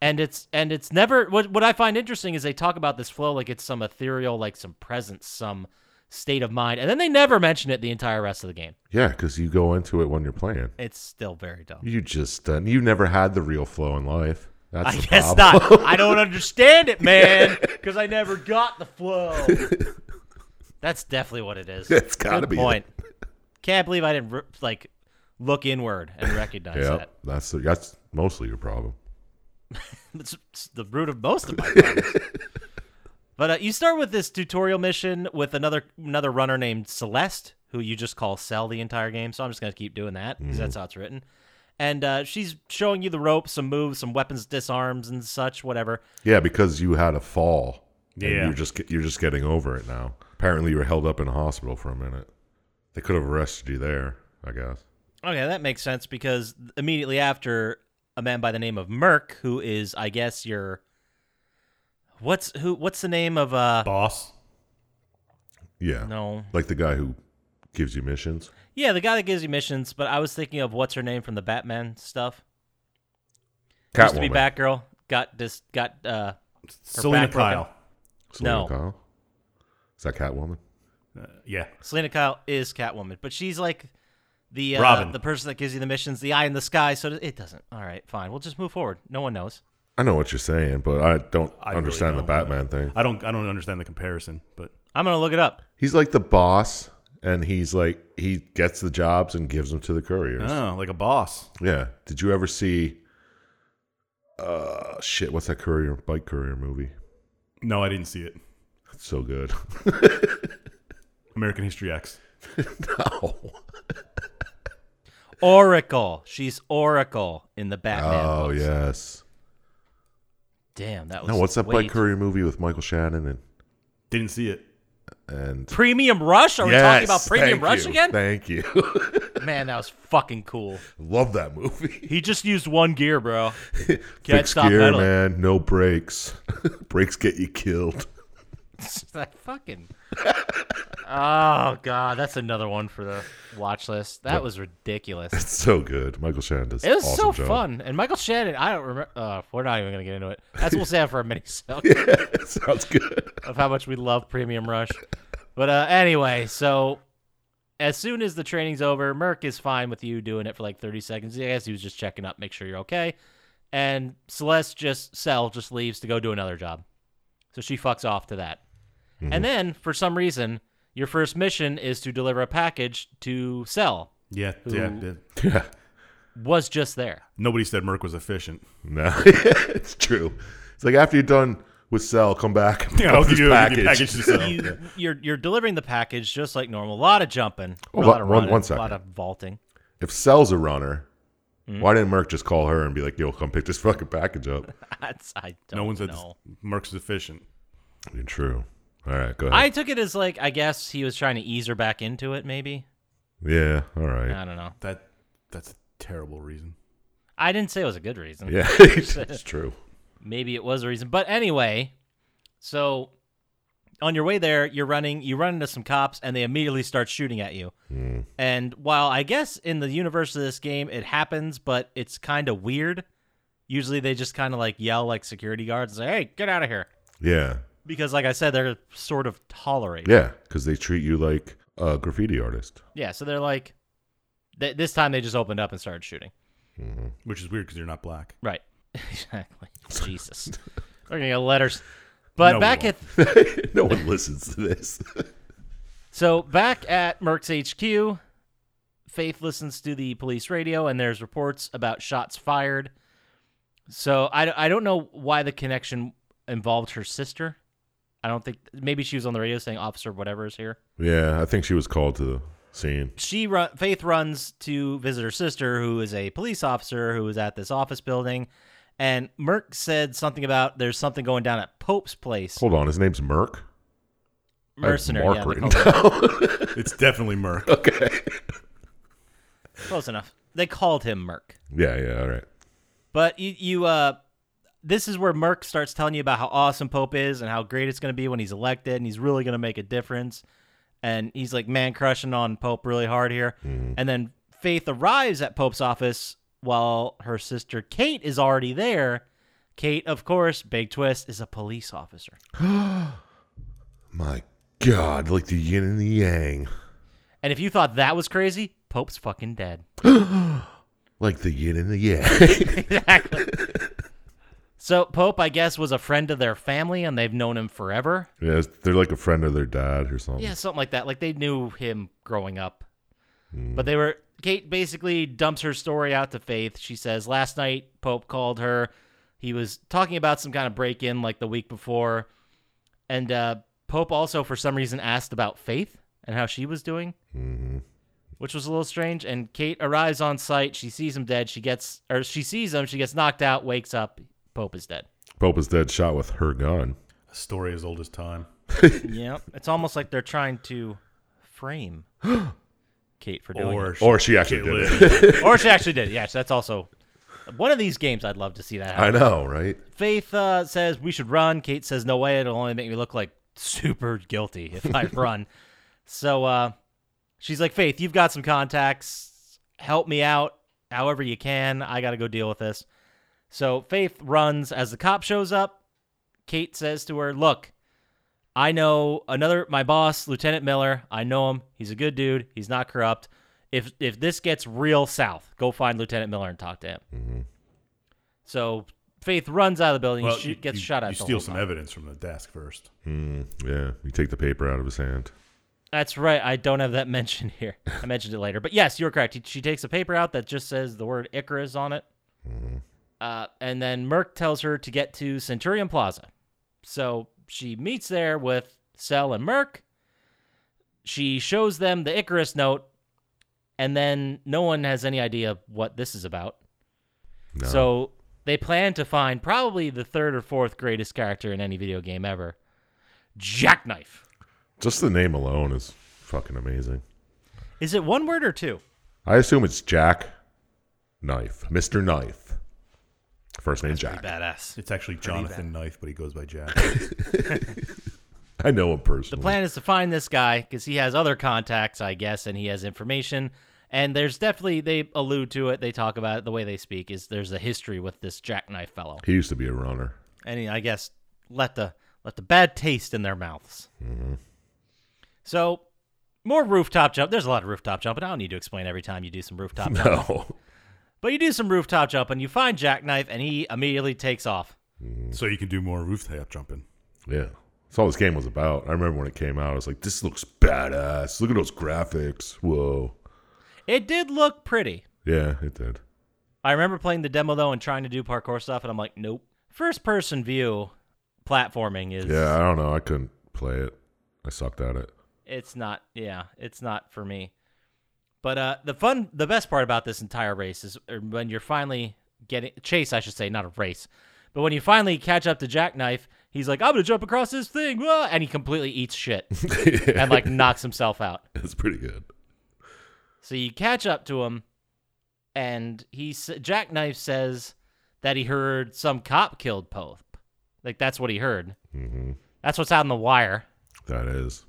Speaker 4: And it's and it's never what what I find interesting is they talk about this flow like it's some ethereal like some presence some state of mind and then they never mention it the entire rest of the game.
Speaker 2: yeah, because you go into it when you're playing.
Speaker 4: It's still very dumb.
Speaker 2: You just uh, you never had the real flow in life. That's
Speaker 4: I
Speaker 2: the
Speaker 4: [LAUGHS] guess
Speaker 2: problem.
Speaker 4: not. I don't understand it, man, because I never got the flow. That's definitely what it is.
Speaker 2: [LAUGHS] It's gotta
Speaker 4: Good
Speaker 2: be it.
Speaker 4: point. Can't believe I didn't re- like look inward
Speaker 2: [LAUGHS]
Speaker 4: and recognize
Speaker 2: Yeah,
Speaker 4: that.
Speaker 2: that's that's mostly your problem.
Speaker 4: It's, it's the root of most of my problems.
Speaker 2: [LAUGHS]
Speaker 4: but uh, you start with this tutorial mission with another another runner named Celeste, who you just call Cell the entire game. So I'm just gonna keep doing that
Speaker 2: Mm-hmm.
Speaker 4: because that's how it's written. And uh, she's showing you the rope, some moves, some weapons disarms and such, whatever.
Speaker 2: Yeah, because you had a fall. and
Speaker 3: Yeah.
Speaker 2: you're just get- you're just getting over it now. Apparently, you were held up in a hospital for a minute. They could have arrested you there, I guess.
Speaker 4: Okay, that makes sense because immediately after a man by the name of Merc, who is, I guess, your what's who? What's the name of uh?
Speaker 3: Boss.
Speaker 2: Yeah,
Speaker 4: No,
Speaker 2: like the guy who gives you missions.
Speaker 4: yeah, the guy that gives you missions. But I was thinking of what's her name from the Batman stuff. Used to be
Speaker 2: Catwoman.
Speaker 4: Batgirl. Got this. Got uh.
Speaker 3: Selena
Speaker 4: back broken.
Speaker 3: Kyle.
Speaker 2: Selena
Speaker 4: No.
Speaker 2: Kyle? Is that Catwoman?
Speaker 3: Uh, yeah.
Speaker 4: Selena Kyle is Catwoman, but she's like the uh,
Speaker 3: Robin.
Speaker 4: the person that gives you the missions, the eye in the sky. So it doesn't. All right, fine. We'll just move forward. No one knows.
Speaker 2: I know what you're saying, but I don't
Speaker 3: I really
Speaker 2: understand the
Speaker 3: don't,
Speaker 2: Batman thing.
Speaker 3: I don't I don't understand the comparison, but
Speaker 4: I'm gonna look it up.
Speaker 2: He's like the boss, and he's like he gets the jobs and gives them to the couriers.
Speaker 3: oh, like a boss.
Speaker 2: Yeah. Did you ever see? Uh, shit. What's that courier bike courier movie?
Speaker 3: No, I didn't see it.
Speaker 2: It's so good. [LAUGHS]
Speaker 3: American History X.
Speaker 4: [LAUGHS]
Speaker 2: no.
Speaker 4: Oracle. She's Oracle in the Batman.
Speaker 2: Oh
Speaker 4: books.
Speaker 2: yes.
Speaker 4: Damn, that was
Speaker 2: No, what's that
Speaker 4: way
Speaker 2: bike courier movie with Michael Shannon and
Speaker 3: Didn't see it.
Speaker 2: and
Speaker 4: Premium Rush? Are we talking about
Speaker 2: Yes,
Speaker 4: Premium
Speaker 2: thank
Speaker 4: Rush
Speaker 2: you,
Speaker 4: again?
Speaker 2: Thank you.
Speaker 4: [LAUGHS] Man, that was fucking cool.
Speaker 2: Love that movie.
Speaker 4: He just used one gear, bro. Can't
Speaker 2: Fixed
Speaker 4: stop
Speaker 2: gear, [LAUGHS]
Speaker 4: pedaling.
Speaker 2: man. No brakes. brakes get you killed.
Speaker 4: [LAUGHS]
Speaker 2: [LAUGHS]
Speaker 4: that fucking. oh god, that's another one for the watch list. That
Speaker 2: [LAUGHS]
Speaker 4: was ridiculous.
Speaker 2: so good. Michael Shannon does.
Speaker 4: It was
Speaker 2: awesome
Speaker 4: so
Speaker 2: job.
Speaker 4: fun, and Michael Shannon. I don't remember. Uh, we're not even gonna get into it. That's what we'll save for a mini
Speaker 2: [LAUGHS]
Speaker 4: show
Speaker 2: [LAUGHS] it sounds good.
Speaker 4: of how much we love Premium Rush. But uh, anyway, so as soon as the training's over, Merc is fine with you doing it for like 30 seconds. I guess he was just checking up, make sure you're okay. And Celeste just, Cell just leaves to go do another job. So she fucks off to that.
Speaker 2: Mm-hmm.
Speaker 4: And then, for some reason, your first mission is to deliver a package to Cell.
Speaker 3: Yeah, yeah, yeah.
Speaker 2: [LAUGHS] Yeah.
Speaker 4: Was just there.
Speaker 3: Nobody said Merc was [LAUGHS] efficient.
Speaker 2: No, [LAUGHS] it's true. It's like after you're done with Cell, come back.
Speaker 4: [LAUGHS]
Speaker 2: and pick up this
Speaker 3: package [LAUGHS] to sell.
Speaker 4: You, you're you're delivering the package just like normal. A lot of jumping, a
Speaker 2: Oh,
Speaker 4: lot of
Speaker 2: one-
Speaker 4: running,
Speaker 2: one
Speaker 4: a lot
Speaker 2: second.
Speaker 4: of vaulting.
Speaker 2: [LAUGHS]
Speaker 4: [LAUGHS]
Speaker 2: If Cell's a runner,
Speaker 4: Mm-hmm.
Speaker 2: why didn't Merc just call her and be like, "Yo, come pick this fucking package up"? [LAUGHS]
Speaker 4: That's, I don't
Speaker 3: No one said
Speaker 4: know.
Speaker 3: Merc's efficient.
Speaker 2: I mean, true. All right, go ahead.
Speaker 4: I took it as like I guess he was trying to ease her back into it. Maybe
Speaker 2: yeah. All right.
Speaker 4: I don't know.
Speaker 3: That that's a terrible reason.
Speaker 4: I didn't say it was a good reason.
Speaker 2: [LAUGHS] Yeah, [LAUGHS] it's true.
Speaker 4: Maybe it was a reason, but anyway. So, on your way there, you're running. You run into some cops, and they immediately start shooting at you.
Speaker 2: Hmm.
Speaker 4: And while I guess in the universe of this game it happens, but it's kind of weird. Usually they just kind of like yell like security guards and say, "Hey, get out of here!"
Speaker 2: Yeah,
Speaker 4: Because like I said, they're sort of tolerated.
Speaker 2: yeah, because they treat you like a graffiti artist.
Speaker 4: Yeah, so they're like, th- this time they just opened up and started shooting.
Speaker 2: Mm-hmm.
Speaker 3: Which is weird because you're not black.
Speaker 4: Right. [LAUGHS] Exactly. [LAUGHS] Jesus. We're gonna get letters. But
Speaker 3: No, we
Speaker 4: back at
Speaker 3: won't.
Speaker 2: [LAUGHS] no one listens to this. [LAUGHS]
Speaker 4: so back at Merck's HQ, Faith listens to the police radio and there's reports about shots fired. So I, I don't know why the connection involved her sister. I don't think maybe she was on the radio saying officer whatever is here.
Speaker 2: yeah, I think she was called to the scene.
Speaker 4: she run Faith runs to visit her sister, who is a police officer who is at this office building. And Merck said something about there's something going down at Pope's place.
Speaker 2: Hold on, his name's Merc. I have
Speaker 4: Mercenary,
Speaker 2: Mark
Speaker 4: yeah, they
Speaker 2: written
Speaker 4: call him-
Speaker 2: down. [LAUGHS]
Speaker 3: It's definitely [LAUGHS] Merc.
Speaker 2: okay.
Speaker 4: close enough. They called him Merck.
Speaker 2: Yeah, yeah, all right.
Speaker 4: But you, you, uh, this is where Merck starts telling you about how awesome Pope is and how great it's going to be when he's elected, and he's really going to make a difference. And he's like man crushing on Pope really hard here. And then Faith arrives at Pope's office while her sister Kate is already there. Kate, of course, big twist, is a police officer.
Speaker 2: My God, like the yin and the yang,
Speaker 4: And if you thought that was crazy, Pope's fucking dead.
Speaker 2: like the yin and the yang. [LAUGHS]
Speaker 4: exactly. So Pope, I guess, was a friend of their family, and they've known him forever.
Speaker 2: yeah, they're like a friend of their dad or something.
Speaker 4: Yeah, something like that. Like they knew him growing up. But they were Kate basically dumps her story out to Faith. She says last night Pope called her. He was talking about some kind of break in like the week before. And uh Pope also for some reason asked about Faith and how she was doing. Mm-hmm. Which was a little strange. And Kate arrives on site, she sees him dead, she gets or she sees him, she gets knocked out, wakes up, Pope is dead.
Speaker 2: Pope is dead, shot with her gun.
Speaker 3: A story as old as time.
Speaker 4: yep. It's almost like they're trying to frame Kate for doing it.
Speaker 3: Or
Speaker 2: Or she actually did it.
Speaker 3: lived.
Speaker 4: or she actually did. Yes, that's also one of these games. I'd love to see that.
Speaker 2: [LAUGHS]
Speaker 4: Happen.
Speaker 2: I know, right?
Speaker 4: Faith uh, says we should run. Kate says no way. It'll only make me look like super guilty if I [LAUGHS] run. So uh, she's like, Faith, you've got some contacts. Help me out however you can. I got to go deal with this. So Faith runs as the cop shows up. Kate says to her, Look, I know another my boss, Lieutenant Miller. I know him. He's a good dude. He's not corrupt. If if this gets real south, go find Lieutenant Miller and talk to him. So Faith runs out of the building.
Speaker 3: Well,
Speaker 4: she
Speaker 3: you-
Speaker 4: gets
Speaker 3: you-
Speaker 4: shot at.
Speaker 3: You
Speaker 4: the
Speaker 3: steal
Speaker 4: whole
Speaker 3: some
Speaker 4: time.
Speaker 3: evidence from the desk first.
Speaker 2: Mm, yeah, you take the paper out of his hand.
Speaker 4: That's right. I don't have that [LAUGHS] mentioned here. I mentioned it later. But yes, you're correct. He- She takes a paper out that just says the word Icarus on it. Uh, and then Merc tells her to get to Centurion Plaza. So she meets there with Cell and Merc. She shows them the Icarus note, and then no one has any idea what this is about.
Speaker 2: No.
Speaker 4: So they plan to find probably the third or fourth greatest character in any video game ever Jackknife.
Speaker 2: Just the name alone is fucking amazing.
Speaker 4: Is it one word or two?
Speaker 2: I assume it's Jack Knife, Mr. Knife. First name Jack.
Speaker 4: Badass.
Speaker 3: [LAUGHS] It's actually Jonathan Knife, but he goes by Jack.
Speaker 2: I know him personally.
Speaker 4: The plan is to find this guy because he has other contacts, I guess, and he has information. And there's definitely they allude to it. They talk about it. The way they speak is there's a history with this jackknife fellow,
Speaker 2: He used to be a runner. [LAUGHS]
Speaker 4: and he, I guess let the let the bad taste in their mouths. So more rooftop jump. There's a lot of rooftop jumping. I don't need to explain every time you do some rooftop jump.
Speaker 2: No.
Speaker 4: But you do some rooftop jumping. You find jackknife, and he immediately takes off.
Speaker 3: so you can do more rooftop jumping.
Speaker 2: Yeah. That's all this game was about. I remember when it came out, I was like, this looks badass. Look at those graphics. Whoa.
Speaker 4: It did look pretty.
Speaker 2: Yeah, it did.
Speaker 4: I remember playing the demo though and trying to do parkour stuff, and I'm like, nope. First person view platforming is
Speaker 2: Yeah, I don't know. I couldn't play it. I sucked at it. [LAUGHS]
Speaker 4: it's not yeah it's not for me. But uh, the fun the best part about this entire race is er, when you're finally getting chase I should say not a race, but when you finally catch up to Jackknife, he's like I'm gonna jump across this thing, [LAUGHS] wah," and he completely eats shit and like knocks himself out.
Speaker 2: It's pretty good.
Speaker 4: So you catch up to him, and he s- Jackknife says that he heard some cop killed Pope. Like that's what he heard.
Speaker 2: hmm
Speaker 4: That's what's out in the wire.
Speaker 2: That is.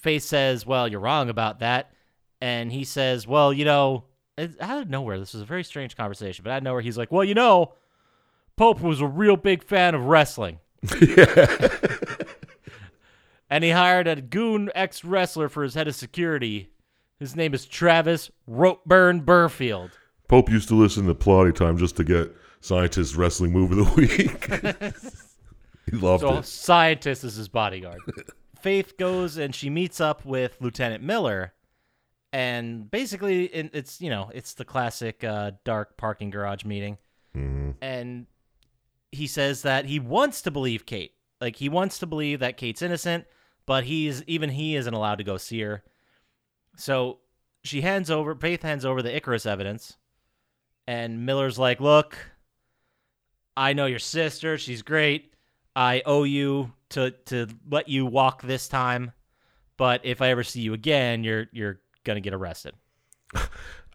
Speaker 4: Face says, "Well, you're wrong about that," and he says, "Well, you know, it's out of nowhere. This was a very strange conversation, but out of nowhere, he's like, well, you know, Pope was a real big fan of wrestling." And he hired a goon ex wrestler for his head of security. His name is Travis Ropeburn Burfield.
Speaker 2: Pope used to listen to Plotty Time just to get scientists wrestling move of the [LAUGHS] week. he loved
Speaker 4: So
Speaker 2: it.
Speaker 4: scientist is
Speaker 2: [LAUGHS]
Speaker 4: his bodyguard. Faith goes and she meets up with Lieutenant Miller, and basically in- it's you know it's the classic uh, dark parking garage meeting,
Speaker 2: Mm-hmm.
Speaker 4: and he says that he wants to believe Kate, like he wants to believe that Kate's innocent, but he's even he isn't allowed to go see her. So she hands over Faith hands over the Icarus evidence, and Miller's like, "Look, I know your sister. She's great. I owe you to to let you walk this time, but if I ever see you again, you're you're gonna get arrested."
Speaker 2: [LAUGHS]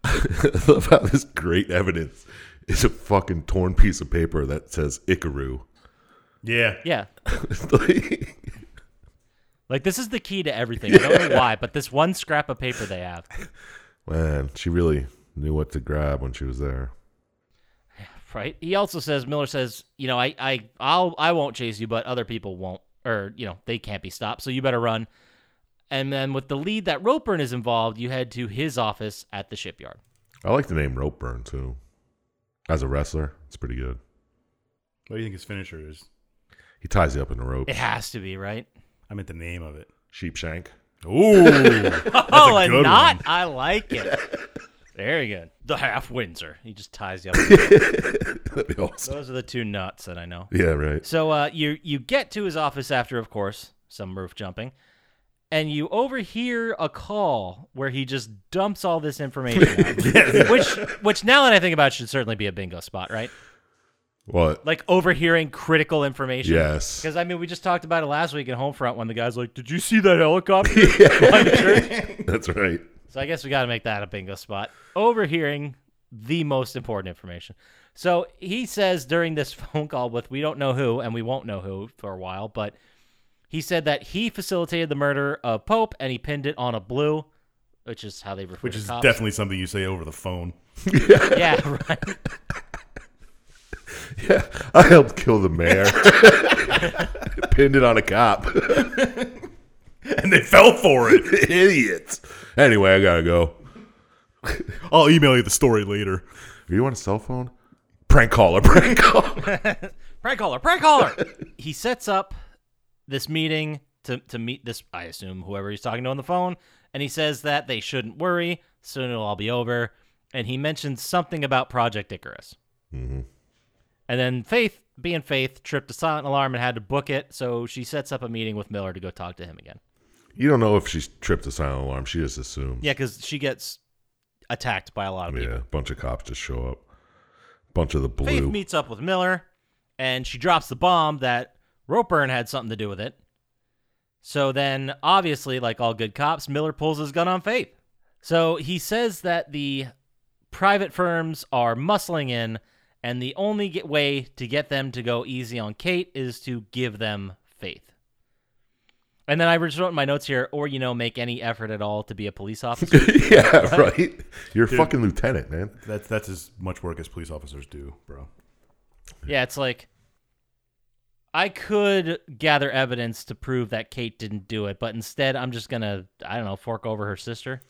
Speaker 2: I love how this great evidence is a fucking torn piece of paper that says Ikaru. [LAUGHS]
Speaker 3: Yeah.
Speaker 4: Yeah,
Speaker 2: Like,
Speaker 4: like this is the key to everything. I don't know why, but this one scrap of paper they have,
Speaker 2: Man, she really knew what to grab when she was there.
Speaker 4: right? He also says Miller says, you know, I I I'll I won't chase you, but other people won't, or you know, they can't be stopped, so you better run. And then with the lead that Ropeburn is involved, you head to his office at the shipyard.
Speaker 2: I like the name Ropeburn too. As a wrestler, it's pretty good.
Speaker 3: What do you think his finisher is?
Speaker 2: He ties you up in a rope.
Speaker 4: It has to be [LAUGHS] right.
Speaker 3: I meant the name of it.
Speaker 2: Sheepshank.
Speaker 3: Ooh.
Speaker 4: oh,
Speaker 3: good
Speaker 4: and not. I like [LAUGHS] it. Very good. The half Windsor. He just ties [LAUGHS] you up.
Speaker 2: That'd be awesome.
Speaker 4: Those are the two nuts that I know.
Speaker 2: Yeah, right.
Speaker 4: So uh, you you get to his office after, of course, some roof jumping, and you overhear a call where he just dumps all this information, out, which which now that I think about, it, should certainly be a bingo spot, right?
Speaker 2: What?
Speaker 4: Like overhearing critical information.
Speaker 2: Yes.
Speaker 4: Because I mean, we just talked about it last week at Homefront when the guy's like, "Did you see that helicopter?" [LAUGHS] behind the
Speaker 2: [LAUGHS]
Speaker 4: church?"
Speaker 2: That's right.
Speaker 4: So I guess we got to make that a bingo spot. Overhearing the most important information. So he says during this [LAUGHS] phone call with we don't know who and we won't know who for a while, but he said that he facilitated the murder of Pope and he pinned it on a blue, which is how they
Speaker 3: [LAUGHS]
Speaker 4: refer [LAUGHS]
Speaker 3: Which
Speaker 4: to
Speaker 3: is
Speaker 4: cops.
Speaker 3: definitely something you say over the phone. [LAUGHS]
Speaker 4: yeah, right.
Speaker 2: Yeah, I helped kill the mayor. [LAUGHS] Pinned it on a cop. [LAUGHS]
Speaker 3: And they fell for it.
Speaker 2: Idiots. Anyway, I gotta go.
Speaker 3: I'll email you the story later.
Speaker 2: You want a cell phone? Prank caller. [LAUGHS] Prank caller.
Speaker 4: Prank caller, prank caller. he sets up this meeting to, to meet this, I assume, whoever he's talking to on the phone, and he says that they shouldn't worry. Soon it'll all be over. And he mentions something about Project Icarus. And then Faith, being Faith, tripped a silent alarm and had to book it. So she sets up a meeting with Miller to go talk to him again.
Speaker 2: you don't know if she's tripped a silent alarm. She just assumes.
Speaker 4: Yeah, because she gets attacked by a lot of people.
Speaker 2: Yeah, bunch of cops just show up. Bunch of the
Speaker 4: Faith
Speaker 2: blue.
Speaker 4: meets up with Miller, and she drops the bomb that Ropeburn had something to do with it. So then, obviously, like all good cops, Miller pulls his gun on Faith. So he says that the private firms are muscling in, and the only get way to get them to go easy on Kate is to give them Faith. And then I just wrote in my notes here, or you know, make any effort at all to be a police officer.
Speaker 2: [LAUGHS] [LAUGHS] yeah, right. You're a fucking lieutenant, man.
Speaker 3: That's that's as much work as police officers do, bro.
Speaker 4: yeah, it's like I could gather evidence to prove that Kate didn't do it, but instead I'm just gonna, I don't know, fork over her sister.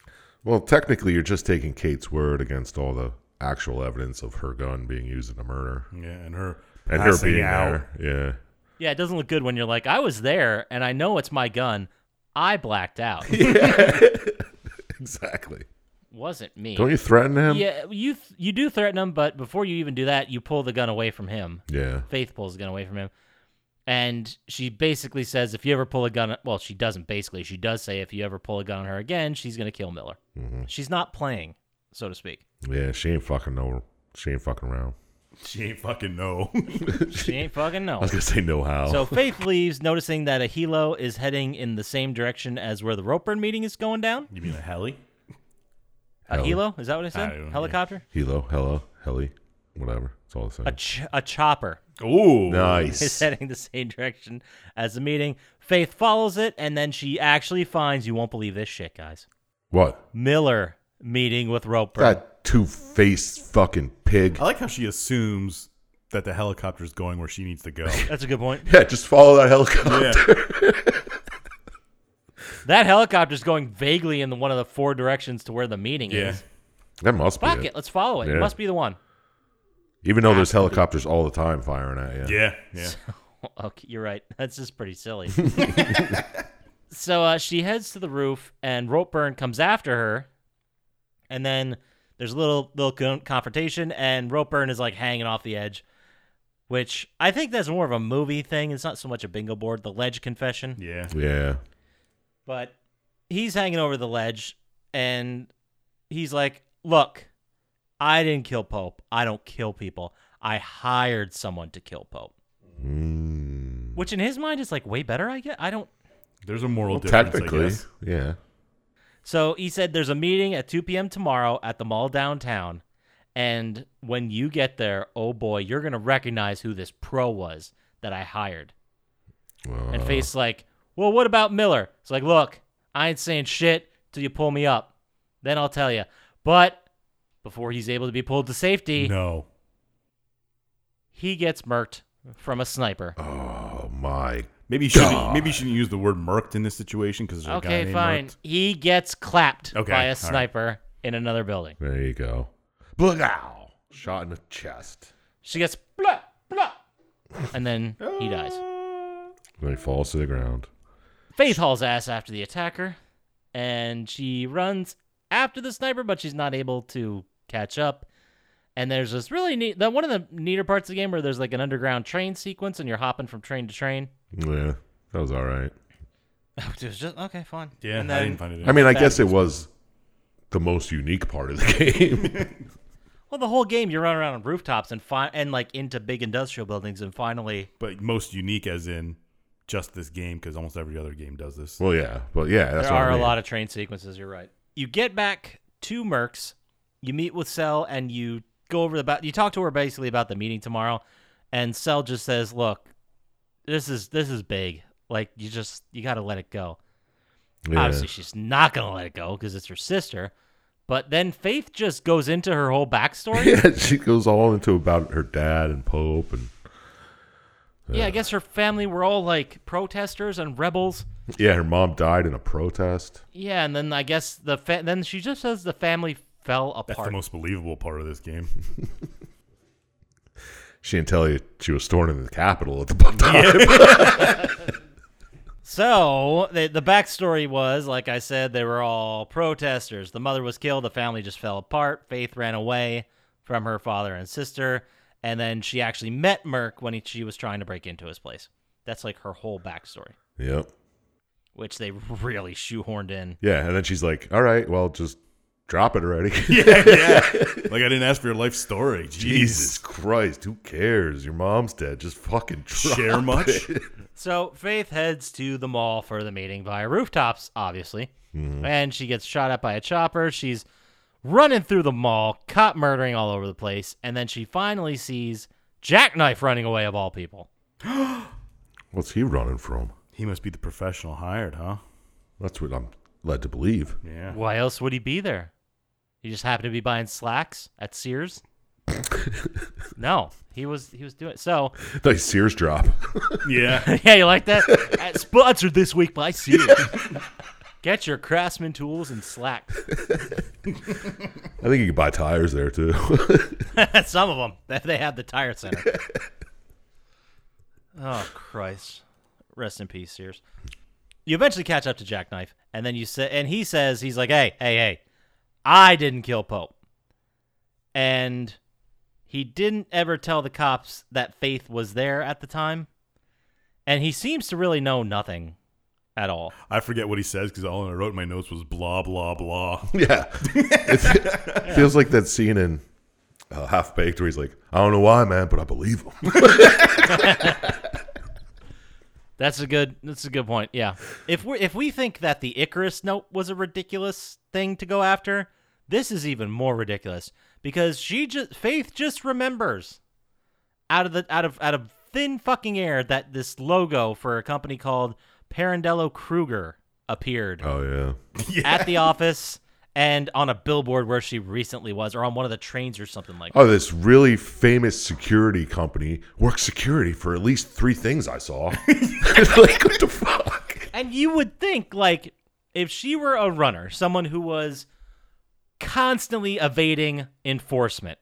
Speaker 2: Well, technically, you're just taking Kate's word against all the actual evidence of her gun being used in a murder
Speaker 3: Yeah, and her
Speaker 2: and her
Speaker 3: passing
Speaker 2: being
Speaker 3: out.
Speaker 2: there.
Speaker 4: Yeah, it doesn't look good when you're like, I was there and I know it's my gun. I
Speaker 2: [LAUGHS]
Speaker 4: blacked out.
Speaker 2: Yeah, [LAUGHS] exactly.
Speaker 4: Wasn't me.
Speaker 2: Don't you threaten him?
Speaker 4: yeah, you th- you do threaten him, but before you even do that, you pull the gun away from him.
Speaker 2: Yeah.
Speaker 4: Faith pulls the gun away from him. And she basically says, if you ever pull a gun, well, she doesn't basically. She does say, if you ever pull a gun on her again, she's going to kill Miller.
Speaker 2: Mm-hmm.
Speaker 4: She's not playing, so to speak.
Speaker 2: Yeah, she ain't fucking no. She ain't fucking around. [LAUGHS]
Speaker 3: She ain't fucking know.
Speaker 4: She ain't fucking
Speaker 2: I
Speaker 4: no.
Speaker 2: was gonna say no how.
Speaker 4: So Faith leaves, noticing that a Hilo is heading in the same direction as where the Roper meeting is going down.
Speaker 3: you mean a heli?
Speaker 4: A
Speaker 2: Heli-
Speaker 4: Hilo? Is that what I said?
Speaker 3: I don't-
Speaker 4: Helicopter?
Speaker 2: Hilo, hello, heli, whatever. It's all the same.
Speaker 4: A, ch- a chopper
Speaker 3: Ooh,
Speaker 4: is
Speaker 2: nice.
Speaker 4: heading the same direction as the meeting. Faith follows it, and then she actually finds, you won't believe this shit, guys,
Speaker 2: What?
Speaker 4: Miller meeting with Roper.
Speaker 2: That two-faced fucking pig. [LAUGHS]
Speaker 3: I like how she assumes that the helicopter is going where she needs to
Speaker 2: [LAUGHS]
Speaker 3: go.
Speaker 4: That's a good point.
Speaker 2: Yeah, just follow that helicopter. [LAUGHS]
Speaker 3: Yeah.
Speaker 4: That helicopter's going vaguely in the, one of the four directions to where the meeting
Speaker 3: yeah.
Speaker 4: is.
Speaker 2: That must be
Speaker 4: Fuck
Speaker 2: it.
Speaker 4: it, let's follow it.
Speaker 2: Yeah.
Speaker 4: It must be the one.
Speaker 2: Even though there's helicopters all the time firing at you.
Speaker 3: Yeah. Yeah.
Speaker 4: [LAUGHS] Okay, you're right. That's just pretty silly. [LAUGHS] so uh, she heads to the roof, and Ropeburn comes after her, and then there's a little little con- confrontation, and Ropeburn is like hanging off the edge, which I think that's more of a movie thing. It's not so much a bingo board. The ledge confession.
Speaker 3: Yeah.
Speaker 2: Yeah. Yeah.
Speaker 4: but he's hanging over the ledge and he's like, Look, I didn't kill Pope. I don't kill people. I hired someone to kill Pope.
Speaker 2: Mm.
Speaker 4: Which in his mind is like way better, I get I don't
Speaker 3: There's a moral
Speaker 2: Well,
Speaker 3: difference. I
Speaker 2: technically,
Speaker 3: guess.
Speaker 2: yeah.
Speaker 4: So he said there's a meeting at two PM tomorrow at the mall downtown. And when you get there, oh boy, you're gonna recognize who this pro was that I hired.
Speaker 2: Well,
Speaker 3: Uh.
Speaker 4: And Faith's like, well, what about Miller? It's like, look, I ain't saying shit till you pull me up. Then I'll tell you. But before he's able to be pulled to safety,
Speaker 3: No.
Speaker 4: he gets murked from a sniper.
Speaker 2: oh my.
Speaker 3: Maybe you shouldn't. Maybe you shouldn't use the word "merked" in this situation because there's a guy
Speaker 4: okay,
Speaker 3: named
Speaker 4: fine.
Speaker 3: Merked.
Speaker 4: He gets clapped
Speaker 3: Okay,
Speaker 4: by
Speaker 3: all
Speaker 4: a
Speaker 3: right.
Speaker 4: sniper in another building.
Speaker 2: There you go. Look out! Shot in the chest.
Speaker 4: She gets blah, blah, and then he dies.
Speaker 2: Then he falls to the ground.
Speaker 4: Faith hauls ass after the attacker, and she runs after the sniper, but she's not able to catch up. And there's this really neat that one of the neater parts of the game where there's like an underground train sequence, and you're hopping from train to [LAUGHS] train.
Speaker 2: Yeah, that was all right.
Speaker 4: It was just okay, fine.
Speaker 3: Yeah,
Speaker 4: and
Speaker 3: I
Speaker 4: then
Speaker 3: didn't find it.
Speaker 2: I mean, I guess it was the most unique part of the [LAUGHS] game.
Speaker 4: [LAUGHS] well, the whole game you run around on rooftops and fi- and like into big industrial buildings, and finally,
Speaker 3: but most unique as in just this game because almost every other game does this.
Speaker 2: well, yeah, but yeah, that's
Speaker 4: there
Speaker 2: what
Speaker 4: are
Speaker 2: I
Speaker 4: a
Speaker 2: mean.
Speaker 4: lot of train sequences. You're right. You get back to Merck's, you meet with Cell, and you go over the about. You talk to her basically about the meeting tomorrow, and Cell just says, "Look, this is this is big. Like you just you got to let it go."
Speaker 2: Yeah.
Speaker 4: Obviously, she's not gonna let it go because it's her sister. But then Faith just goes into her whole backstory.
Speaker 2: [LAUGHS] [LAUGHS] Yeah, she goes all into about her dad and Pope and
Speaker 4: yeah, I guess her family were all like protesters and rebels.
Speaker 2: yeah, her mom died in a protest.
Speaker 4: Yeah, and then I guess the fa- then she just says the family fell
Speaker 3: That's
Speaker 4: apart.
Speaker 3: the most believable part of this game.
Speaker 2: She didn't tell you she was stored in the Capitol at the [LAUGHS] time.
Speaker 4: So the the backstory was, like I said, they were all protesters. The mother was killed. The family just fell apart. Faith ran away from her father and sister, and then she actually met Merck when he, she was trying to break into his place. That's like her whole backstory,
Speaker 2: Yep.
Speaker 4: which they [LAUGHS] really shoehorned in.
Speaker 2: Yeah, and then she's like, "All right, well, just drop it
Speaker 4: [LAUGHS]
Speaker 2: already." [LAUGHS]
Speaker 3: like I didn't ask for your life story. Jesus.
Speaker 2: Jesus Christ, who cares? Your mom's dead. Just fucking drop
Speaker 3: Share much?
Speaker 2: [LAUGHS] it.
Speaker 4: So Faith heads to the mall for the meeting via rooftops, obviously, and she gets shot at by a chopper. She's running through the mall, cop murdering all over the place, and then she finally sees Jackknife running away of all people.
Speaker 2: What's he running from?
Speaker 3: [LAUGHS] He must be the professional hired, huh?
Speaker 2: That's what I'm led to believe.
Speaker 3: Yeah.
Speaker 4: Why else would he be there? He just happened to be buying slacks at Sears. no, he was he was doing so. [LAUGHS]
Speaker 2: Nice Sears drop. [LAUGHS]
Speaker 3: Yeah.
Speaker 4: Yeah, you like that? Uh, Sponsored this week by Sears. Get your Craftsman tools and slacks.
Speaker 2: I think you can buy tires there too. [LAUGHS]
Speaker 4: [LAUGHS] Some of them they have the tire center. oh Christ! Rest in peace, Sears. You eventually catch up to Jackknife, and then you say, and he says, he's like, "Hey, hey, hey, I didn't kill Pope," and he didn't ever tell the cops that Faith was there at the time, and he seems to really know nothing at all.
Speaker 3: [LAUGHS] I forget what he says because all I wrote in my notes was blah blah blah. [LAUGHS]
Speaker 2: [LAUGHS] yeah. It [LAUGHS] fe- feels like that scene in uh, Half Baked where he's like, I don't know why, man, but I believe him.
Speaker 4: That's a good. That's a good point. Yeah. If we if we think that the Icarus note was a ridiculous thing to go after, this is even more ridiculous because she just Faith just remembers out of the out of out of thin fucking air that this logo for a company called Parandello Kruger appeared
Speaker 2: [LAUGHS] oh, yeah.
Speaker 4: at the office and on a billboard where she recently was, or on one of the trains or something like. that.
Speaker 2: Oh, this really famous security company works security for at least three things I [LAUGHS] saw. like, what the fuck?
Speaker 4: And you would think, like, if she were a runner, someone who was constantly evading enforcement,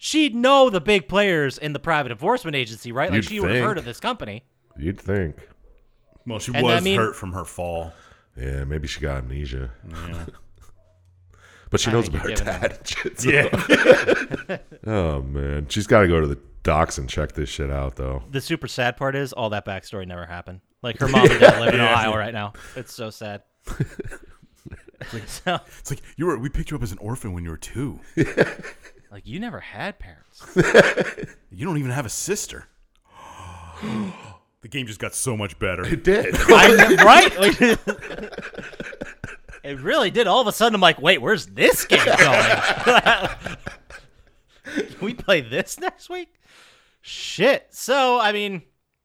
Speaker 4: she'd know the big players in the private enforcement agency, right? Like,
Speaker 2: You'd
Speaker 4: she would have heard
Speaker 2: think.
Speaker 4: of this company.
Speaker 2: You'd think.
Speaker 3: Well, she
Speaker 4: And
Speaker 3: was
Speaker 4: I mean-
Speaker 3: hurt from her fall.
Speaker 2: Yeah, maybe she got amnesia. [LAUGHS] but she
Speaker 4: I
Speaker 2: knows
Speaker 4: think
Speaker 2: about her
Speaker 4: you're giving
Speaker 2: dad and shit. so-
Speaker 3: Yeah.
Speaker 2: [LAUGHS] Oh, man. She's got to go to the docks and check this shit out, though.
Speaker 4: The super sad part is all that backstory never happened. Like,
Speaker 2: [LAUGHS]
Speaker 4: her mom and dad live in Ohio right now. It's so sad. [LAUGHS] so,
Speaker 3: It's like you were. We picked you up as an orphan when you were [LAUGHS] two.
Speaker 4: like, you never had parents.
Speaker 3: You don't even have a [GASPS] sister. the game just got so much better. [LAUGHS]
Speaker 2: It did.
Speaker 4: I [LAUGHS] kn- right? Like- it really did. All of a sudden, I'm like, wait, where's this game going? [LAUGHS] Can we play this next week? Shit. So, I mean,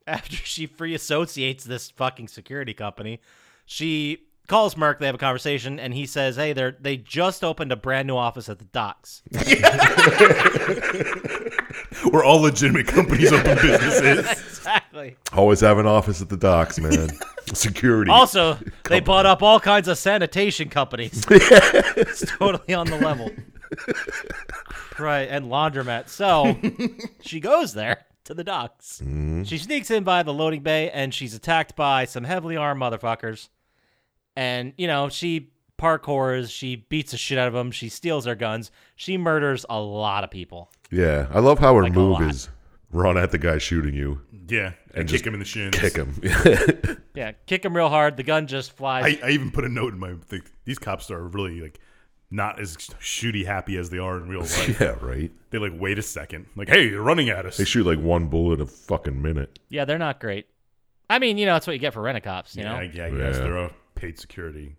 Speaker 4: after she free associates this fucking security company, she calls Merc. They have a conversation, and he says, "Hey, they're they just opened a brand new office at the docks." [LAUGHS]
Speaker 3: We're all legitimate companies [LAUGHS] open businesses.
Speaker 4: exactly.
Speaker 2: [LAUGHS] Always have an office at the docks, [LAUGHS] man. Security.
Speaker 4: Also,
Speaker 3: [LAUGHS]
Speaker 4: they bought up all kinds of sanitation companies. it's totally on the level. Right, and
Speaker 3: [LAUGHS]
Speaker 4: laundromat. So she goes there to the docks.
Speaker 3: Mm-hmm.
Speaker 4: She sneaks in by the loading bay and she's attacked by some heavily armed motherfuckers. And, you know, she parkours, she beats the shit out of them, she steals their guns, she murders a lot of people.
Speaker 2: Yeah, I love how her
Speaker 4: Like a
Speaker 2: move
Speaker 4: lot.
Speaker 2: is run at the guy shooting you,
Speaker 3: Yeah, and
Speaker 2: just
Speaker 3: kick him in the shins.
Speaker 2: kick
Speaker 4: [LAUGHS]
Speaker 2: him. [LAUGHS]
Speaker 4: Yeah, kick them real hard. The gun just flies.
Speaker 3: I, I even put a note in my. Like, these cops are really like not as shooty happy as they are in [LAUGHS] real life.
Speaker 2: yeah, right.
Speaker 3: they like wait a second. Like, hey, you're running at us.
Speaker 2: They shoot like one bullet a fucking minute.
Speaker 4: yeah, they're not great. I mean, you know, that's what you get for rent a cops, you
Speaker 3: yeah,
Speaker 4: know?
Speaker 3: I, I guess
Speaker 2: Yeah.
Speaker 3: they're all paid security.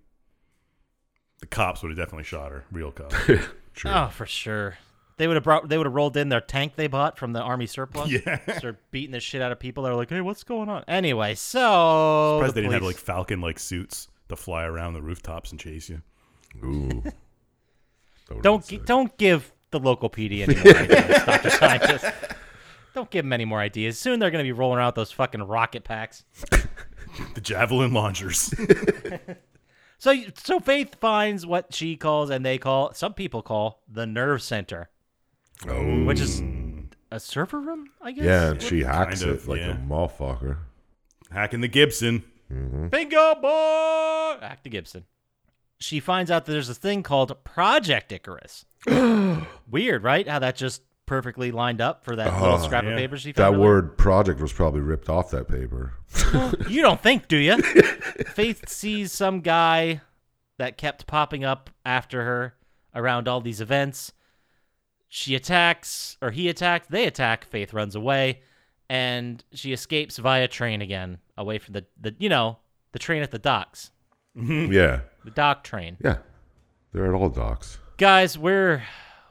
Speaker 3: The cops would have definitely shot her. Real cops.
Speaker 2: True.
Speaker 4: Oh, for sure. They would have brought. They would have rolled in their tank they bought from the
Speaker 3: [LAUGHS]
Speaker 4: army surplus. [LAUGHS]
Speaker 3: yeah.
Speaker 4: They're beating the shit out of people. They're like, "Hey, what's going on?" Anyway, so
Speaker 3: Surprised
Speaker 4: the
Speaker 3: they didn't have like
Speaker 4: police-
Speaker 3: falcon like suits to fly around the rooftops and chase you.
Speaker 4: [LAUGHS]
Speaker 2: Ooh. That would've been
Speaker 4: don't gi-
Speaker 2: sick.
Speaker 4: don't give the local PD any
Speaker 3: [LAUGHS]
Speaker 4: more ideas, Dr. Scientist. Don't give them any more ideas. Soon they're going to be rolling out those fucking rocket packs.
Speaker 3: The javelin launchers.
Speaker 4: So so Faith finds what she calls and they call some people call the nerve center,
Speaker 2: Oh,
Speaker 4: which is
Speaker 3: Hmm.
Speaker 4: a server room, I guess.
Speaker 2: yeah, and she hacks
Speaker 3: Kind
Speaker 2: it
Speaker 3: of,
Speaker 2: like
Speaker 3: yeah.
Speaker 2: a motherfucker.
Speaker 3: Hacking the Gibson.
Speaker 4: Bingo boy! Back to Gibson. She finds out that there's a thing called Project
Speaker 2: [GASPS]
Speaker 4: Icarus. Weird, right? How that just perfectly lined up for that little scrap
Speaker 3: yeah.
Speaker 4: of paper she found.
Speaker 2: Uh-huh. That
Speaker 4: earlier.
Speaker 2: word project was probably ripped off that paper.
Speaker 4: [LAUGHS] You don't think,
Speaker 2: [LAUGHS]
Speaker 4: do you? Faith sees some guy that kept popping up after her around all these events. She attacks, or he attacks, they attack, Faith runs away, and she escapes via train again, away from the, the you know, the train at the docks, Hmm.
Speaker 2: [LAUGHS] yeah,
Speaker 4: the dock train.
Speaker 2: yeah. They're at all docks.
Speaker 4: guys we're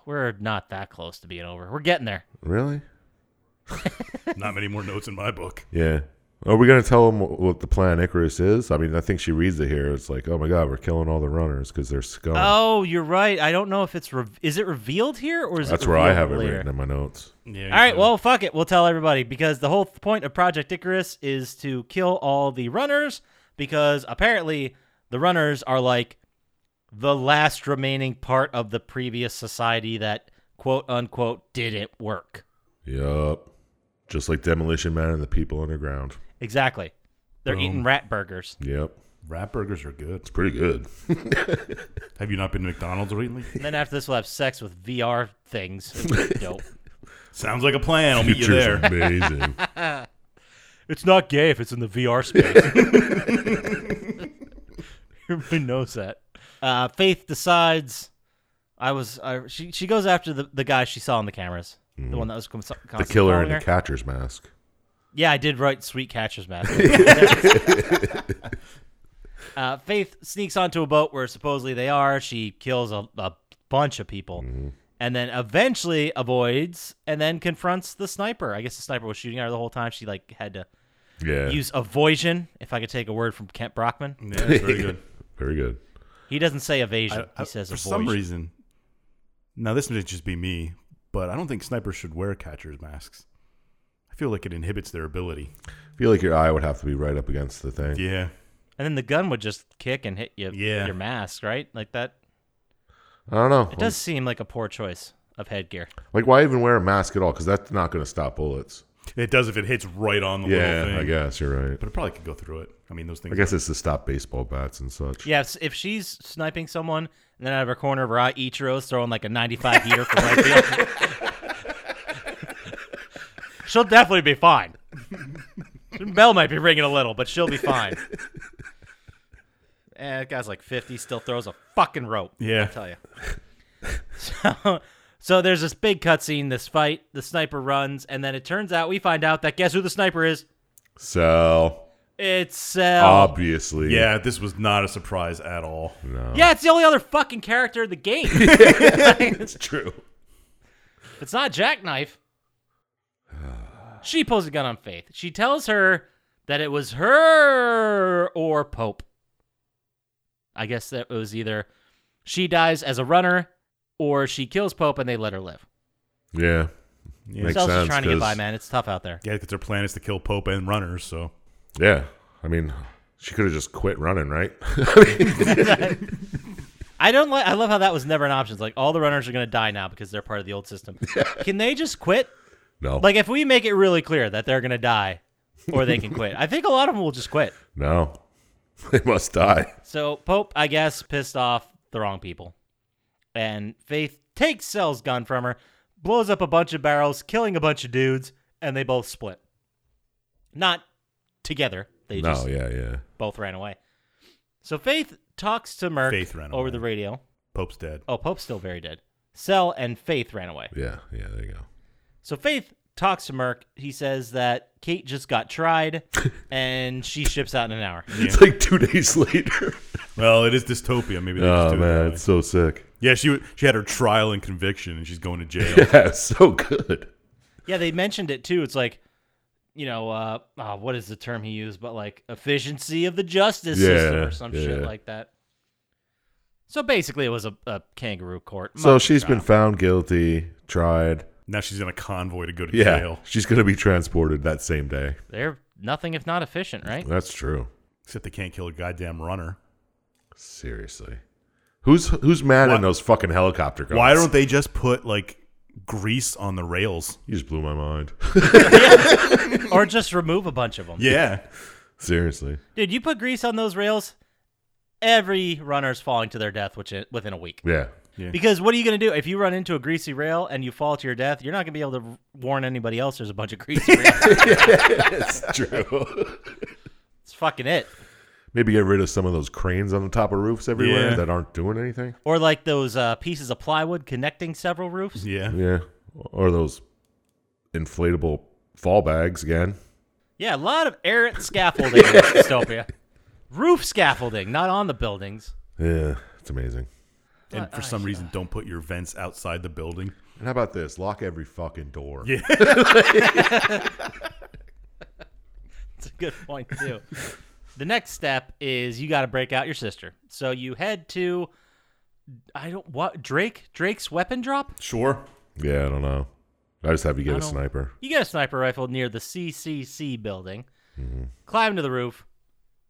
Speaker 4: we're not that close to being over we're getting there
Speaker 2: Really?
Speaker 3: Not many more notes in my book.
Speaker 2: Yeah. Are we gonna tell them what the plan Icarus is? I mean, I think she reads it here. It's like, oh my god, we're killing all the runners because they're scum.
Speaker 4: Oh, you're right. I don't know if it's re- is it revealed here or is
Speaker 2: That's
Speaker 4: it
Speaker 2: where I
Speaker 4: revealed
Speaker 2: have it
Speaker 4: later?
Speaker 2: written in my notes.
Speaker 3: Yeah,
Speaker 4: All right, well, fuck it. We'll tell everybody because the whole th- point of Project Icarus is to kill all the runners because apparently the runners are like the last remaining part of the previous society that quote unquote didn't work.
Speaker 2: Yup. Just like Demolition Man and the people underground.
Speaker 4: Exactly. They're eating rat burgers.
Speaker 2: Yep.
Speaker 3: rat burgers are good.
Speaker 2: It's pretty good.
Speaker 3: Have you not been to McDonald's lately?
Speaker 4: And then after this, we'll have sex with VR things.
Speaker 2: [LAUGHS]
Speaker 4: Dope.
Speaker 3: Sounds like a plan. I'll meet you
Speaker 2: Picture's
Speaker 3: there.
Speaker 2: amazing.
Speaker 4: It's not gay if it's in the VR
Speaker 2: [LAUGHS]
Speaker 4: space. Everybody knows that. Uh, Faith decides. I was. I, she she goes after the, the guy she saw on the cameras, the one that was cons-
Speaker 2: Mm-hmm. the
Speaker 4: constantly
Speaker 2: killer
Speaker 4: following
Speaker 2: in the
Speaker 4: her.
Speaker 2: catcher's mask.
Speaker 4: Yeah, I did write "Sweet
Speaker 2: [LAUGHS]
Speaker 4: Catcher's Mask." uh, Faith sneaks onto a boat where supposedly they are. She kills a, a bunch of people,
Speaker 2: Mm-hmm.
Speaker 4: and then eventually avoids and then confronts the sniper. I guess the sniper was shooting at her the whole time. She like had to
Speaker 2: Yeah.
Speaker 4: use avoision. If I could take a word from Kent Brockman,
Speaker 3: Yeah, it's
Speaker 2: [LAUGHS]
Speaker 3: very good.
Speaker 2: Very good.
Speaker 4: he doesn't say
Speaker 3: I-
Speaker 4: evasion.
Speaker 3: I-
Speaker 4: he says
Speaker 3: for
Speaker 4: avoision.
Speaker 3: some reason. Now this might just be me, but I don't think snipers should wear catchers masks. I feel like it inhibits their ability.
Speaker 2: I feel like your eye would have to be right up against the thing.
Speaker 3: Yeah,
Speaker 4: and then the gun would just kick and hit you.
Speaker 3: Yeah.
Speaker 4: your mask, right? Like that.
Speaker 2: I don't know.
Speaker 4: It does seem like a poor choice of headgear.
Speaker 2: Like, why even wear a mask at all? Because that's not going to stop bullets.
Speaker 3: it does if it hits right on the little
Speaker 2: Yeah,
Speaker 3: thing.
Speaker 2: I guess you're right.
Speaker 3: but it probably could go through it. I mean, those things.
Speaker 2: I guess it's to stop baseball bats and such.
Speaker 4: Yeah, if, if she's sniping someone, and then out of her corner of her eye, Ichiro's throwing like a 95 heater from right field. [LAUGHS] she'll definitely be fine. Bell might be ringing a little, but she'll be fine. Eh, that guy's like 50, still throws a fucking rope.
Speaker 3: Yeah.
Speaker 4: I tell you. [LAUGHS] So, so there's this big cutscene, this fight. The sniper runs, and then it turns out we find out that guess who the sniper is?
Speaker 2: So,
Speaker 4: It's uh, Cell.
Speaker 2: Uh, obviously. [LAUGHS]
Speaker 3: yeah, this was not a surprise at all.
Speaker 4: Yeah, it's the only other fucking character in the game.
Speaker 2: It's true.
Speaker 4: It's not jackknife. she pulls a gun on Faith. She tells her that it was her or Pope. I guess that it was either she dies as a runner or she kills Pope and they let her live.
Speaker 2: Yeah.
Speaker 3: Yeah.
Speaker 2: Makes
Speaker 4: Who's else is
Speaker 2: sense.
Speaker 4: trying to get
Speaker 2: 'cause-
Speaker 4: by, man? It's tough out there.
Speaker 3: Yeah, because their plan is to kill Pope and runners. So
Speaker 2: Yeah. I mean, she could have just quit running, right? [LAUGHS]
Speaker 4: I don't like. I love how that was never an option. It's like all the runners are going to die now because they're part of the
Speaker 2: [LAUGHS]
Speaker 4: old system. Can they just quit?
Speaker 2: no.
Speaker 4: Like if we make it really clear that they're going to die, or they can quit. I think a lot of them will just quit.
Speaker 2: no. [LAUGHS] They must die.
Speaker 4: So Pope, I guess, pissed off the wrong people. And Faith takes Cell's gun from her, blows up a bunch of barrels, killing a bunch of dudes, and they both split. Not together. They
Speaker 2: no,
Speaker 4: just
Speaker 2: yeah, yeah.
Speaker 4: both ran away. So Faith talks to Merc
Speaker 3: Faith ran
Speaker 4: over
Speaker 3: away.
Speaker 4: the radio.
Speaker 3: Pope's dead.
Speaker 4: Oh, Pope's still very dead. Cell and Faith ran away.
Speaker 2: Yeah, yeah, there you go.
Speaker 4: So Faith talks to Merc. He says that Kate just
Speaker 3: [LAUGHS]
Speaker 4: got tried and she ships out in an hour.
Speaker 2: It's like two [LAUGHS] days later.
Speaker 3: Well, it is dystopia. Maybe they just
Speaker 2: oh,
Speaker 3: do it that
Speaker 2: man.
Speaker 3: way. Oh.
Speaker 2: It's so sick.
Speaker 3: Yeah, she w- she had her trial and conviction, and she's going to jail.
Speaker 2: [LAUGHS] Yeah, it's so good.
Speaker 4: Yeah, they mentioned it too. It's like, you know, uh, oh, what is the term he used? But like efficiency of the justice system
Speaker 2: Yeah,
Speaker 4: or some shit
Speaker 2: yeah.
Speaker 4: like that. So basically, it was a, a kangaroo court.
Speaker 2: So she's been found guilty, tried.
Speaker 3: now she's in a convoy to go to
Speaker 2: Yeah.
Speaker 3: jail.
Speaker 2: She's going to be transported that same day.
Speaker 4: They're nothing if not efficient,
Speaker 2: [LAUGHS]
Speaker 4: right?
Speaker 2: That's true.
Speaker 3: Except they can't kill a goddamn runner.
Speaker 2: Seriously. Who's who's mad
Speaker 3: Why-
Speaker 2: in those fucking helicopter guns?
Speaker 3: Why don't they just put like grease on the rails?
Speaker 2: You just blew my mind. [LAUGHS]
Speaker 4: or just remove a bunch of them.
Speaker 3: Yeah,
Speaker 2: Seriously.
Speaker 4: Dude, you put grease on those rails, every runner's falling to their death within within a week.
Speaker 2: Yeah.
Speaker 4: Because what are you going to do if you run into a greasy rail and you fall to your death? You're not going to be able to warn anybody else there's a bunch
Speaker 2: [LAUGHS]
Speaker 4: of greasy rails.
Speaker 2: It's true.
Speaker 4: That's fucking it.
Speaker 2: [LAUGHS] Maybe get rid of some of those cranes on the top of roofs everywhere
Speaker 3: Yeah.
Speaker 2: that aren't doing anything.
Speaker 4: Or like those uh, pieces of plywood connecting several roofs.
Speaker 3: [LAUGHS] yeah.
Speaker 2: Yeah. Or those inflatable fall bags again.
Speaker 4: Yeah, a lot of errant scaffolding in dystopia. Roof scaffolding, not on the buildings.
Speaker 2: Yeah. It's amazing.
Speaker 3: And for some reason, don't put your vents outside the building.
Speaker 2: And how about this? Lock every fucking door.
Speaker 3: Yeah.
Speaker 4: It's a good point too. The next step is you got to break out your sister. So you head to I don't what Drake Drake's weapon drop.
Speaker 3: Sure.
Speaker 2: Yeah, I don't know. I just have you get a
Speaker 4: don't-
Speaker 2: sniper.
Speaker 4: You get a sniper rifle near the CCC building. Climb to the roof.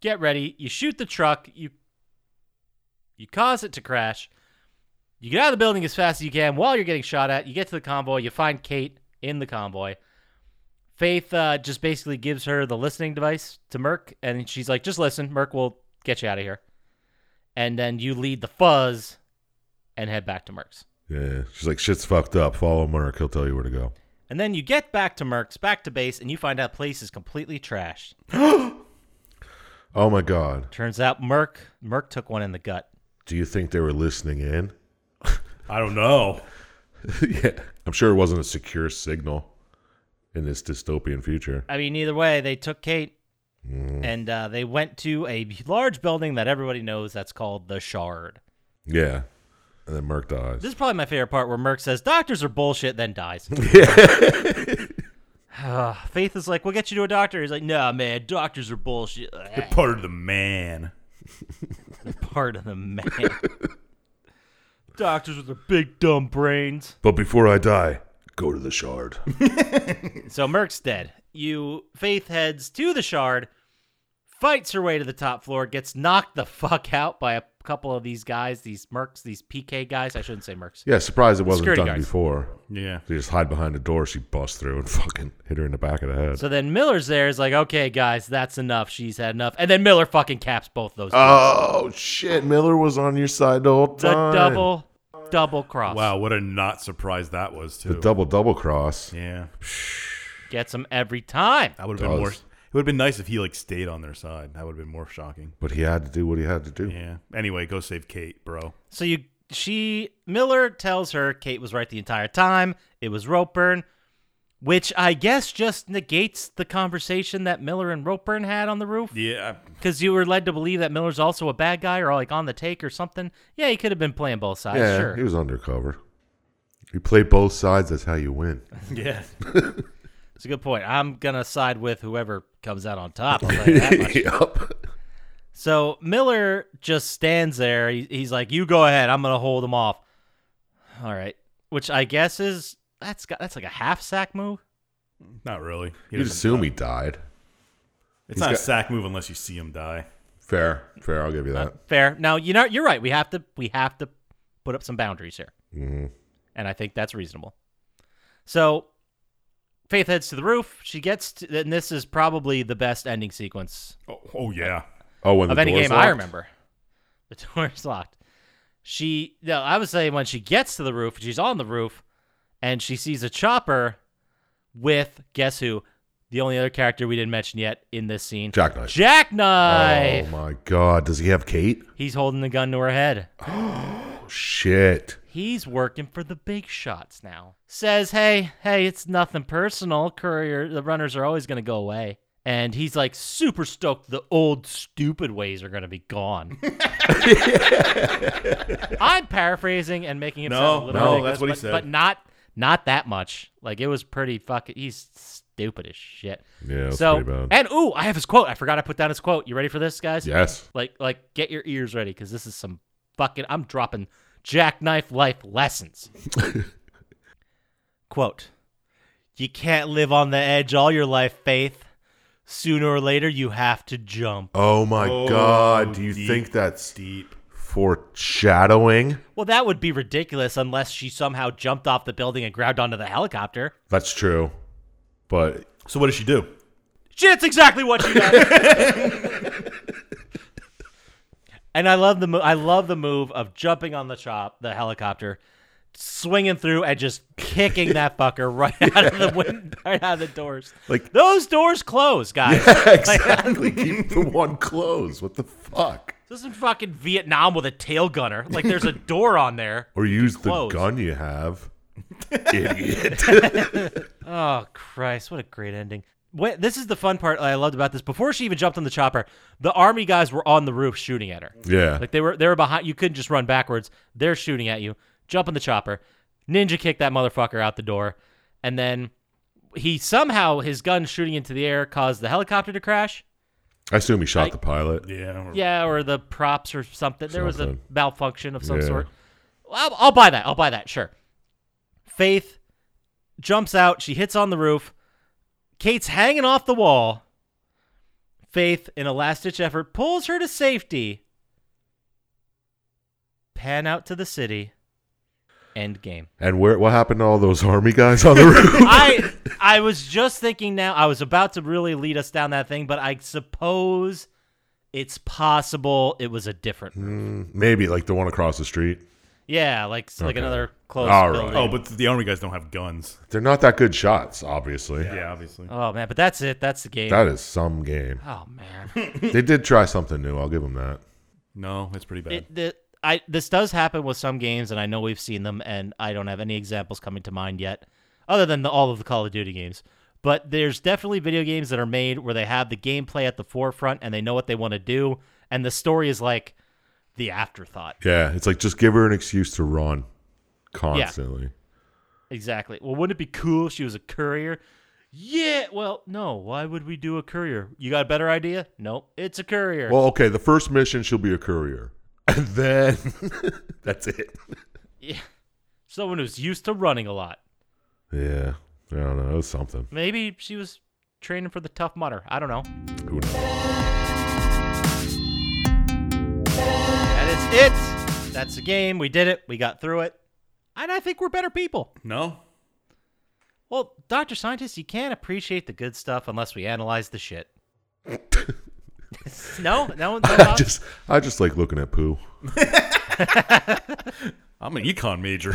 Speaker 4: Get ready. You shoot the truck. You you cause it to crash. You get out of the building as fast as you can while you're getting shot at. You get to the convoy. You find Kate in the convoy. Faith uh, just basically gives her the listening device to Merc, and she's like, "Just listen. Merc will get you out of here." And then you lead the fuzz and head back to Merc's.
Speaker 2: Yeah, she's like, shit's fucked up. Follow Merc. He'll tell you where to go.
Speaker 4: And then you get back to Merck's, back to base, and you find out place is completely trashed.
Speaker 2: Oh my god.
Speaker 4: Turns out Merck Merck took one in the gut.
Speaker 2: Do you think they were listening in? [LAUGHS]
Speaker 3: I don't know.
Speaker 2: yeah. I'm sure it wasn't a secure signal in this dystopian future.
Speaker 4: I mean, either way, they took Kate, and uh, they went to a large building that everybody knows that's called the Shard.
Speaker 2: Yeah. And then Merc dies.
Speaker 4: This is probably my favorite part, where Merck says doctors are bullshit, then dies. Ah, [SIGHS] Faith is like, "We'll get you to a doctor." He's like, "Nah, man, doctors are bullshit." [LAUGHS]
Speaker 3: They're part of the man.
Speaker 4: Part of the man. doctors with their big dumb brains.
Speaker 2: But before I die, go to the
Speaker 4: [LAUGHS]
Speaker 2: shard.
Speaker 4: So Merc's dead. You Faith heads to the shard, fights her way to the top floor, gets knocked the fuck out by a couple of these guys, these Mercs, these PK guys. I shouldn't say Mercs.
Speaker 2: yeah, surprised it wasn't
Speaker 4: Security
Speaker 2: done
Speaker 4: guards.
Speaker 2: before.
Speaker 3: Yeah.
Speaker 2: They just hide behind a door. She busts through and [LAUGHS] fucking hit her in the back of the head.
Speaker 4: So then Miller's there is like, okay, guys, that's enough. She's had enough. And then Miller fucking caps both those.
Speaker 2: oh shit! Miller was on your side the whole
Speaker 4: it's a
Speaker 2: time.
Speaker 4: double, double cross.
Speaker 3: Wow, what a not surprise that was too.
Speaker 2: The double double cross.
Speaker 3: yeah.
Speaker 4: Gets him every time.
Speaker 3: That would have been
Speaker 2: Does.
Speaker 3: more it would have been nice if he like stayed on their side. That would have been more shocking.
Speaker 2: But he had to do what he had to do.
Speaker 3: Yeah. Anyway, go save Kate, bro.
Speaker 4: So you, she, Miller tells her Kate was right the entire time. It was Ropeburn, which I guess just negates the conversation that Miller and Ropeburn had on the roof.
Speaker 3: Yeah.
Speaker 4: Because you were led to believe that Miller's also a bad guy or like on the take or something. Yeah, he could have been playing both sides.
Speaker 2: Yeah,
Speaker 4: sure.
Speaker 2: he was undercover. You play both sides. That's how you win.
Speaker 3: [LAUGHS] Yeah.
Speaker 4: It's a good point. I'm gonna side with whoever comes out on top. I'll tell
Speaker 2: [LAUGHS]
Speaker 4: you [LAUGHS] that much.
Speaker 2: Yup.
Speaker 4: so Miller just stands there. He, he's like, "You go ahead. I'm gonna hold him off." All right. Which I guess is that's got that's like a half sack move.
Speaker 3: Not really. He
Speaker 2: You'd
Speaker 3: doesn't-
Speaker 2: assume he died.
Speaker 3: it's not
Speaker 2: got-
Speaker 3: a sack move unless you see him die.
Speaker 2: Fair, fair. I'll give you that.
Speaker 4: Fair. Now you know you're right. We have to we have to put up some boundaries here,
Speaker 2: Mhm.
Speaker 4: and I think that's reasonable. So Faith heads to the roof. She gets, to, and this is probably the best ending sequence
Speaker 3: Oh, oh yeah.
Speaker 2: Oh, when the
Speaker 4: of any
Speaker 2: door's
Speaker 4: game I
Speaker 2: locked?
Speaker 4: remember. The [LAUGHS] door's locked. She no, I was saying when she gets to the roof, she's on the roof, and she sees a chopper with guess who? The only other character we didn't mention yet in this scene.
Speaker 2: Jackknife.
Speaker 4: Jackknife.
Speaker 2: Oh my god! Does he have Kate?
Speaker 4: He's holding the gun to her head.
Speaker 2: Oh, shit!
Speaker 4: He's working for the big shots now. Says, hey, hey, it's nothing personal. Courier, the runners are always going to go away. And he's like super stoked the old stupid ways are going to be
Speaker 2: [LAUGHS]
Speaker 4: gone. [LAUGHS] I'm paraphrasing and making it
Speaker 3: No,
Speaker 4: sound a little
Speaker 3: no,
Speaker 4: ridiculous,
Speaker 3: that's what he
Speaker 4: but,
Speaker 3: said.
Speaker 4: But not not that much. Like it was pretty fucking he's stupid as shit.
Speaker 2: Yeah, that's
Speaker 4: so
Speaker 2: pretty bad.
Speaker 4: and ooh, I have his quote. I forgot I put down his quote. You ready for this, guys?
Speaker 2: Yes.
Speaker 4: Like, like, get your ears ready because this is some fucking. I'm dropping jackknife life lessons. Quote: You can't live on the edge all your life, Faith. Sooner or later, you have to jump.
Speaker 2: Oh my
Speaker 3: Oh,
Speaker 2: god! Do you
Speaker 3: deep,
Speaker 2: think that's
Speaker 3: Deep.
Speaker 2: foreshadowing?
Speaker 4: Well, that would be ridiculous unless she somehow jumped off the building and grabbed onto the helicopter.
Speaker 2: That's true, [LAUGHS] but
Speaker 3: So what does she do?
Speaker 4: Shit, That's exactly what she does. [LAUGHS] and I love the mo- I love the move of jumping on the chop, the helicopter, swinging through and just kicking that fucker right [LAUGHS] out of the wind, right out of the doors.
Speaker 2: Like-
Speaker 4: those doors close, guys.
Speaker 2: exactly. Keep the one closed. What the fuck?
Speaker 4: This isn't fucking Vietnam with a tail gunner. Like there's a door on there.
Speaker 2: Or use the
Speaker 4: closed.
Speaker 2: gun you have, [LAUGHS] idiot.
Speaker 4: Oh Christ, what a great ending. What, this is the fun part I loved about this. Before she even jumped on the chopper, the army guys were on the roof shooting at her.
Speaker 2: yeah.
Speaker 4: Like they were they were behind you couldn't just run backwards. They're shooting at you. Jump in the chopper. Ninja kick that motherfucker out the door. And then he somehow his gun shooting into the air caused the helicopter to crash.
Speaker 2: I assume he shot the pilot.
Speaker 3: Yeah. or-
Speaker 4: Yeah, or the props or something. There was a
Speaker 2: Something.
Speaker 4: malfunction of some
Speaker 2: Yeah.
Speaker 4: sort. I'll, I'll buy that. I'll buy that. Sure. Faith jumps out. She hits on the roof. Kate's hanging off the wall. Faith, in a last ditch effort, pulls her to safety. Pan out to the city.
Speaker 2: [COUGHS]
Speaker 4: End game.
Speaker 2: And where what happened to all those army guys on the [LAUGHS] roof?
Speaker 4: I I was just thinking now. I was about to really lead us down that thing, but I suppose it's possible it was a different
Speaker 2: Mm, Maybe like the one across the street.
Speaker 4: Yeah, like like
Speaker 2: Okay.
Speaker 4: another close
Speaker 2: All right.
Speaker 4: building.
Speaker 3: Oh, but the army guys don't have guns.
Speaker 2: They're not that good shots, obviously.
Speaker 3: Yeah, obviously.
Speaker 4: Oh, man, but that's it. That's the game.
Speaker 2: That is some game.
Speaker 4: oh man,
Speaker 2: they did try something new. I'll give them that.
Speaker 3: No, it's pretty bad.
Speaker 4: [LAUGHS] it, the, I this does happen with some games, and I know we've seen them, and I don't have any examples coming to mind yet, other than the, all of the Call of Duty games. But there's definitely video games that are made where they have the gameplay at the forefront, and they know what they want to do, and the story is like the afterthought.
Speaker 2: Yeah, it's like just give her an excuse to run constantly.
Speaker 4: Exactly. Well, wouldn't it be cool if she was a courier? Yeah. Well, no. Why would we do a courier? You got a better idea? Nope. It's a courier.
Speaker 2: Well, okay, the first mission she'll be a courier. [LAUGHS] And then [LAUGHS] that's it.
Speaker 4: Yeah. Someone who's used to running a lot.
Speaker 2: Yeah. I don't know. It was something.
Speaker 4: Maybe she was training for the tough mutter. I don't know.
Speaker 2: Who knows?
Speaker 4: That is it. That's the game. We did it. We got through it. And I think we're better people.
Speaker 3: no.
Speaker 4: Well, Dr. Scientist, you can't appreciate the good stuff unless we analyze the shit. [LAUGHS] no? No one's
Speaker 2: I just I just like looking at poo.
Speaker 3: I'm an econ major.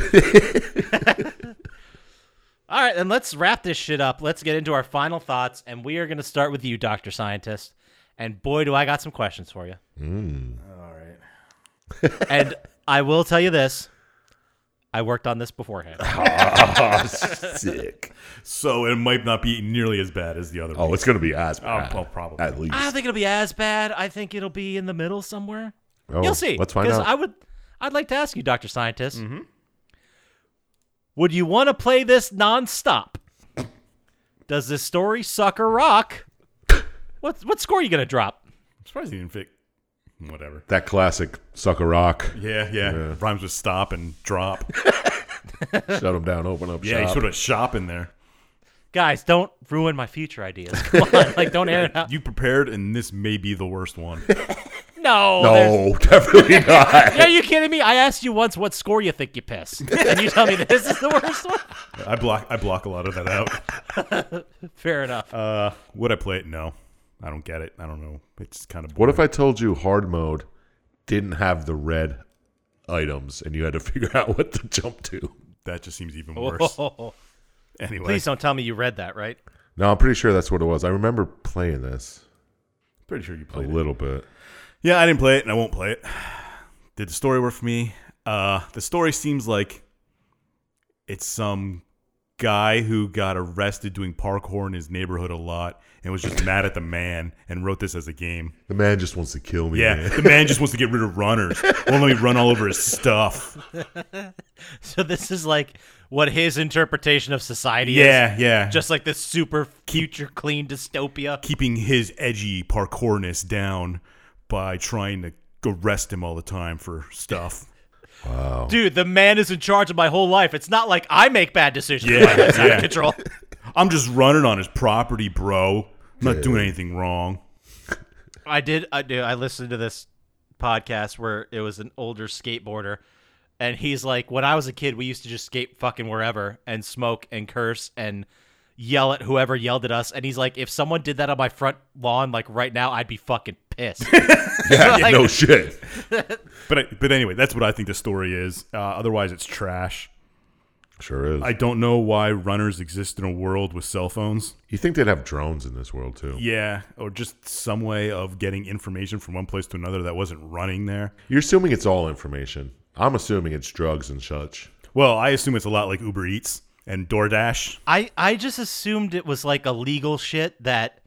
Speaker 4: All right, then let's wrap this shit up. Let's get into our final thoughts. And we are going to start with you, Dr. Scientist. And boy, do I got some questions for you.
Speaker 2: Hmm.
Speaker 3: All right.
Speaker 4: [LAUGHS] And I will tell you this I worked on this beforehand.
Speaker 2: Ah, [LAUGHS] sick.
Speaker 3: So it might not be nearly as bad as the other
Speaker 2: Oh,
Speaker 3: one.
Speaker 2: it's gonna be as
Speaker 3: Oh,
Speaker 2: bad.
Speaker 3: well, probably.
Speaker 2: At least.
Speaker 4: I don't think it'll be as bad. I think it'll be in the middle somewhere.
Speaker 2: Oh,
Speaker 4: You'll see.
Speaker 2: Let's find
Speaker 4: 'Cause
Speaker 2: out.
Speaker 4: I would. I'd like to ask you, Doctor Scientist. Would you want to play this nonstop? Does this story suck
Speaker 2: [LAUGHS]
Speaker 4: or rock? What what score are you gonna drop?
Speaker 3: I'm surprised he didn't fit. Whatever.
Speaker 2: that classic sucker rock.
Speaker 3: [LAUGHS] Yeah, yeah. Rhymes with stop and drop.
Speaker 2: Shut them down. Open up.
Speaker 3: yeah, he
Speaker 2: shop.
Speaker 3: should have shop in there.
Speaker 4: Guys, don't ruin my future ideas. [LAUGHS] Come on, like don't air it out.
Speaker 3: You prepared, and this may be the worst one.
Speaker 4: No, there's-
Speaker 2: No, [LAUGHS] definitely not.
Speaker 4: Are you kidding me? I asked you once what score you think
Speaker 3: [LAUGHS]
Speaker 4: you piss, and you tell me this is the worst one.
Speaker 3: I block. I block a lot of that out.
Speaker 4: Fair enough.
Speaker 3: Uh, would I play it? No, I don't get it. I don't know. It's kind of.
Speaker 2: What if I told you hard mode didn't have the red items and you had to [LAUGHS] figure out what to jump to?
Speaker 3: that just seems even worse?
Speaker 4: Whoa.
Speaker 3: Anyway,
Speaker 4: Please don't tell me you read that, right? [LAUGHS]
Speaker 2: No, I'm pretty sure that's what it was. I remember playing this
Speaker 3: pretty sure you
Speaker 2: a
Speaker 3: played it.
Speaker 2: little bit.
Speaker 3: Yeah, I didn't play it, and I won't play it. Did the story work for me? Uh, the story seems like it's some guy who got arrested doing parkour in his neighborhood a lot and was just mad at the man and wrote this as a game.
Speaker 2: The man just wants to kill me.
Speaker 3: Yeah,
Speaker 2: man.
Speaker 3: [LAUGHS]
Speaker 2: [LAUGHS]
Speaker 3: the man just wants to get rid of runners. Won't let me run all over his stuff.
Speaker 4: So this is like what his interpretation of society is.
Speaker 3: Yeah, yeah. Just
Speaker 4: Just like this super future clean dystopia.
Speaker 3: keeping his edgy parkourness down by trying to arrest him all the time for stuff. Oh.
Speaker 4: Dude, the man is in charge of my whole life. It's not like I make bad decisions.
Speaker 3: Yeah,
Speaker 4: [LAUGHS] Yeah, my life's out
Speaker 3: yeah.
Speaker 4: of control.
Speaker 3: I'm just running on his property, bro. I'm not doing anything wrong.
Speaker 4: I did. I do. I listened to this podcast where it was an older skateboarder, and he's like, "When I was a kid, we used to just skate fucking wherever and smoke and curse and yell at whoever yelled at us." And he's like, "If someone did that on my front lawn, like right now, I'd be fucking pissed."
Speaker 2: Yeah,
Speaker 4: Like-
Speaker 2: no shit.
Speaker 3: But I, but anyway, that's what I think the story is. Uh, otherwise, it's trash.
Speaker 2: Sure is.
Speaker 3: I don't know why runners exist in a world with cell phones.
Speaker 2: you think they'd have drones in this world too?
Speaker 3: Yeah, or just some way of getting information from one place to another that wasn't running there.
Speaker 2: You're assuming it's all information. I'm assuming it's drugs and such.
Speaker 3: Well, I assume it's a lot like Uber Eats and DoorDash.
Speaker 4: I I just assumed it was like illegal shit that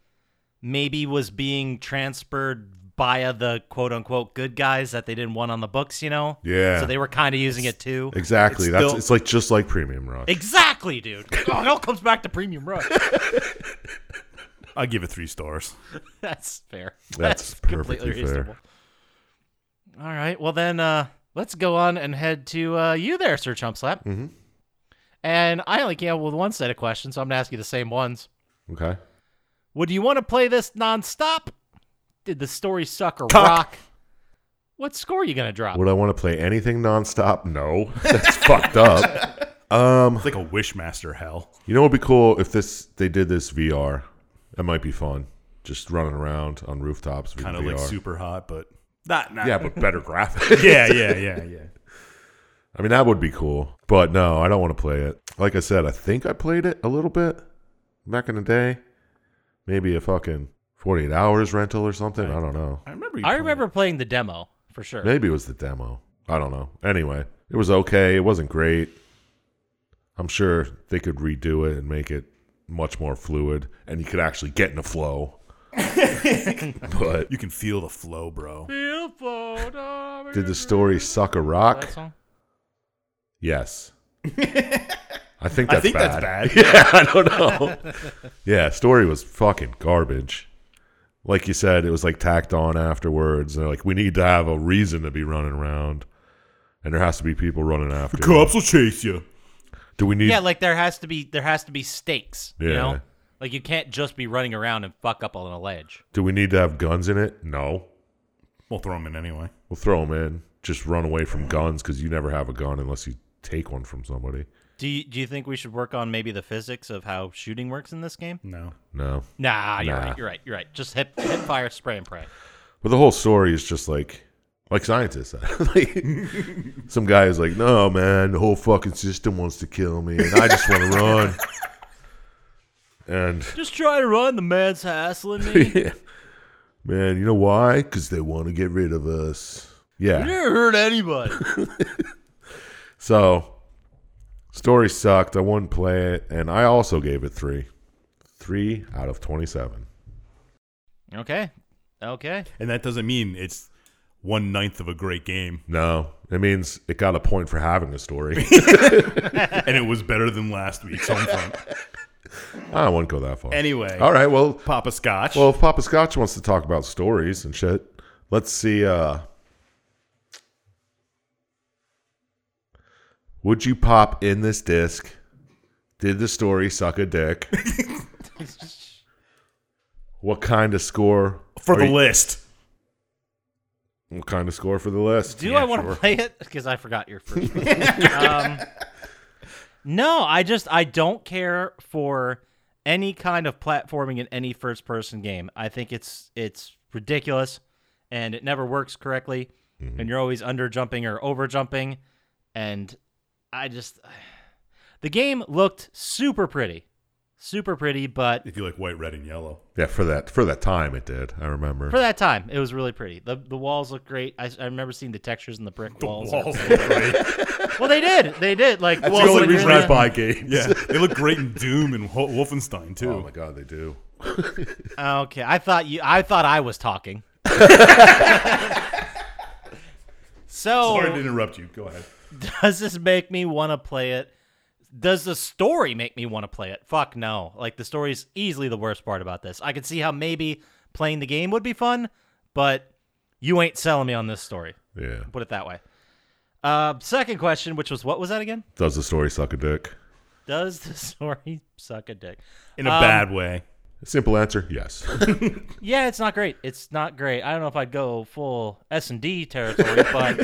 Speaker 4: maybe was being transferred via the quote unquote good guys that they didn't want on the books, you know?
Speaker 2: Yeah.
Speaker 4: So they were kind of using it too.
Speaker 2: Exactly.
Speaker 3: It's
Speaker 2: That's
Speaker 3: still-
Speaker 2: it's like just like premium rock.
Speaker 4: Exactly, dude. Oh, it all comes back to premium rush.
Speaker 3: I give it three stars.
Speaker 4: That's fair.
Speaker 2: That's perfectly fair.
Speaker 4: All right. Well, then uh, let's go on and head to uh, you there, Sir Chumpslap. Mm-hmm. And I only came up with one set of questions, so I'm going to ask you the same ones.
Speaker 2: okay.
Speaker 4: Would you want to play this nonstop? Did the story suck or
Speaker 3: Cock.
Speaker 4: rock? What score are you going to drop?
Speaker 2: Would I want to play anything nonstop? No. [LAUGHS] That's fucked up. Um,
Speaker 3: It's like a Wishmaster hell.
Speaker 2: you know what would be cool if this they did this VR. That might be fun. Just running around on rooftops with
Speaker 3: Kind of
Speaker 2: VR.
Speaker 3: like super hot, but not. not
Speaker 2: Yeah, but better
Speaker 3: [LAUGHS]
Speaker 2: graphics.
Speaker 3: yeah, yeah, yeah, yeah.
Speaker 2: I mean, that would be cool. But no, I don't want to play it. Like I said, I think I played it a little bit back in the day. Maybe a fucking 48 hours rental or something. I don't know.
Speaker 3: I remember. You
Speaker 4: I
Speaker 3: playing
Speaker 4: remember playing the demo for sure.
Speaker 2: Maybe it was the demo. I don't know. Anyway, it was okay. It wasn't great. I'm sure they could redo it and make it much more fluid and you could actually get in
Speaker 3: [LAUGHS]
Speaker 2: a flow. but
Speaker 3: it. You can feel the flow, bro.
Speaker 2: did the story suck a
Speaker 4: That
Speaker 2: rock?
Speaker 4: song?
Speaker 2: Yes. I think
Speaker 3: I
Speaker 2: that's
Speaker 3: think
Speaker 2: bad.
Speaker 3: that's bad.
Speaker 2: [LAUGHS] yeah, I don't know. [LAUGHS] yeah, story was fucking garbage. Like you said, it was like tacked on afterwards. They're like, we need to have a reason to be running around, and there has to be people running after. you.
Speaker 3: Cops will chase you.
Speaker 2: Do we need?
Speaker 4: Yeah, like there has to be there has to be stakes. You
Speaker 2: Yeah.
Speaker 4: know, like you can't just be running around and fuck up on a ledge.
Speaker 2: do we need to have guns in it? No,
Speaker 3: We'll throw him in anyway.
Speaker 2: we'll throw them in. Just run away from guns because you never have a gun unless you take one from somebody.
Speaker 4: Do you, do you think we should work on maybe the physics of how shooting works in this game?
Speaker 3: No.
Speaker 2: No,
Speaker 4: Nah, you're
Speaker 2: Nah.
Speaker 4: right. You're right. You're right. Just hit hit fire, spray and pray.
Speaker 2: but the whole story is just like. Like scientists, [LAUGHS] like some guy is like, "No, man, the whole fucking system wants to kill me, and I just want to [LAUGHS] run." And
Speaker 4: [LAUGHS] Just try to run. The man's hassling me.
Speaker 2: [LAUGHS] yeah. Man, you know why? Because they want to get rid of us. Yeah.
Speaker 4: never hurt anybody.
Speaker 2: So, story sucked. I wouldn't play it. And I also gave it three. Three out of 27.
Speaker 4: okay. [LAUGHS] Okay.
Speaker 3: And that doesn't mean it's one ninth of a great game,
Speaker 2: No, it means it got a point for having a [LAUGHS] story.
Speaker 3: and it was better than last week's home front.
Speaker 2: I wouldn't go that far.
Speaker 3: Anyway,
Speaker 2: All right. Well,
Speaker 3: [LAUGHS] Papa Scotch.
Speaker 2: well, if Papa Scotch wants to talk about stories and shit, let's see. Uh, would you pop in this disc? Did the story suck
Speaker 3: [LAUGHS]
Speaker 2: a dick? what kind of score
Speaker 3: for
Speaker 2: are
Speaker 3: the
Speaker 2: you-
Speaker 3: list.
Speaker 2: What kind of score for the list?
Speaker 4: Do I want to play it? Because I forgot your first. one. um, no, I just I don't care for any kind of platforming in any first person game. I think it's it's ridiculous, and it never works correctly, and you're always under jumping or over jumping, and I just the game looked super pretty, super pretty, but
Speaker 3: If you like white, red, and yellow,
Speaker 2: Yeah, for that for that time it did. I remember.
Speaker 4: for that time it was really pretty. the The walls look great. I, I remember seeing the textures in the brick walls. Well, they did. They did. Like
Speaker 2: That's
Speaker 4: walls
Speaker 2: the only
Speaker 4: like
Speaker 2: reason
Speaker 4: really-
Speaker 2: I buy games.
Speaker 3: yeah, they look great in Doom and Ho- Wolfenstein too.
Speaker 2: Oh my god, they do.
Speaker 4: Oh, Okay, I thought you. I thought I
Speaker 2: [LAUGHS]
Speaker 4: was talking.
Speaker 3: Sorry to
Speaker 4: so,
Speaker 3: interrupt you. Go ahead.
Speaker 4: does this make me want to play it? Does the story make me want to play it? Fuck no. Like the story is easily the worst part about this. I could see how maybe playing the game would be fun, but you ain't selling me on this story.
Speaker 2: Yeah.
Speaker 4: Put it that way. Uh, second question, which was what was that again?
Speaker 2: Does the story suck a dick?
Speaker 4: Does the [LAUGHS] story suck a dick?
Speaker 3: In a
Speaker 2: Um,
Speaker 3: bad way.
Speaker 2: Simple answer, yes.
Speaker 3: [LAUGHS]
Speaker 4: Yeah, it's not great. It's not great. I don't know if I'd go full S and D territory, but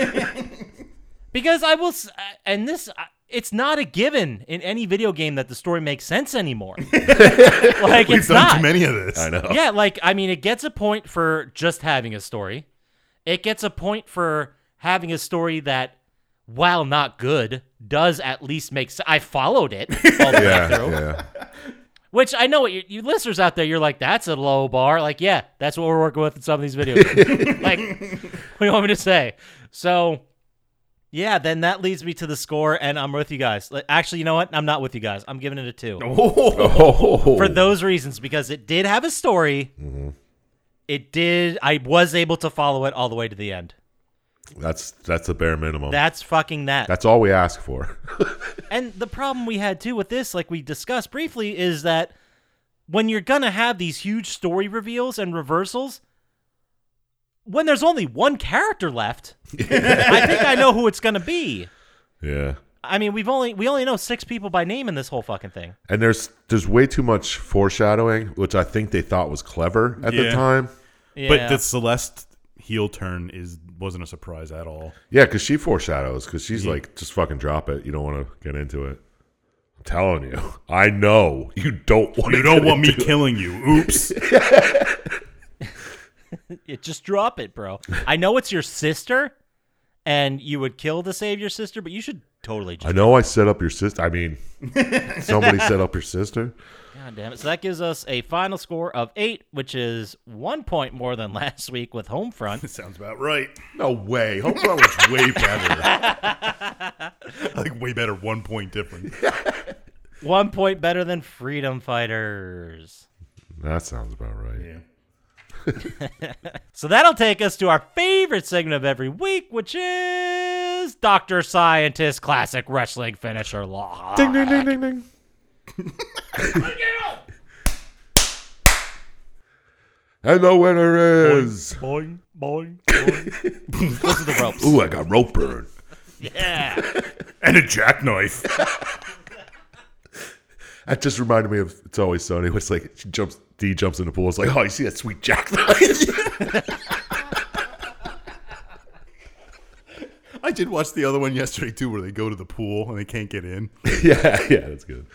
Speaker 4: because I will, s- uh, and this, I- it's not a given in any video game that the story makes sense anymore. like it's
Speaker 3: Done
Speaker 4: not.
Speaker 3: too many of this.
Speaker 2: I know. [LAUGHS]
Speaker 4: Yeah, like I mean, it gets a point for just having a story. It gets a point for having a story that, while not good, does at least make sense. I followed it all the way through.
Speaker 2: Yeah,
Speaker 3: [LAUGHS]
Speaker 2: yeah.
Speaker 4: Which I know what you, you listeners out there, you're like, that's a low bar. Like, yeah, that's what we're working with in some of these videos. like, what do you want me to say? So, yeah, then that leads me to the score, and I'm with you guys. Like, Actually, you know what? I'm not with you guys. I'm giving it a two
Speaker 2: Oh,
Speaker 4: for those reasons because it did have a story. It did. I was able to follow it all the way to the end.
Speaker 2: That's that's the bare minimum.
Speaker 4: That's fucking that.
Speaker 2: that's all we ask for. [LAUGHS]
Speaker 4: And the problem we had too with this, like we discussed briefly, is that when you're gonna have these huge story reveals and reversals, when there's only one character left, I think I know who it's gonna be.
Speaker 2: yeah.
Speaker 4: I mean, we've only we only know six people by name in this whole fucking thing.
Speaker 2: And there's there's way too much foreshadowing, which I think they thought was clever at the
Speaker 3: Yeah.
Speaker 2: time.
Speaker 4: Yeah.
Speaker 3: But the Celeste heel turn is wasn't a surprise at all.
Speaker 2: Yeah, because she foreshadows. Because she's like, just fucking drop it. You don't want to get into it. I'm telling you, [LAUGHS] I know you don't want.
Speaker 3: You don't want me killing you. Oops.
Speaker 4: Yeah, just drop it, bro. I know it's your sister, and you would kill to save your sister, but you should totally
Speaker 2: I
Speaker 4: just
Speaker 2: know I set up your sister. I [LAUGHS] mean, somebody set up your sister.
Speaker 4: God damn it. So that gives us a final score of eight, which is one point more than [LAUGHS] last week with home
Speaker 3: [LAUGHS]
Speaker 4: front.
Speaker 3: Sounds about right.
Speaker 2: No way. Home run was way better.
Speaker 3: Like way better one point [LAUGHS] difference.
Speaker 4: One point better than Freedom Fighters.
Speaker 2: [LAUGHS] that sounds about right.
Speaker 3: Yeah.
Speaker 4: So that'll take us to our favorite segment of every week, which is Dr. Scientist Classic Wrestling Finisher Law.
Speaker 2: Ding ding ding ding ding. and the winner is.
Speaker 4: Boing, boing, boing. Those are the ropes.
Speaker 2: Ooh, I got rope burn.
Speaker 4: [LAUGHS] Yeah. [LAUGHS]
Speaker 3: And a jackknife.
Speaker 2: That just reminded me of It's Always [LAUGHS] Sunny. It's like she jumps, D jumps in the pool. It's like, oh, you see that sweet [LAUGHS] jackknife?
Speaker 3: I did watch the other one yesterday too, where they go to the pool and they can't get in.
Speaker 2: yeah, yeah, that's good.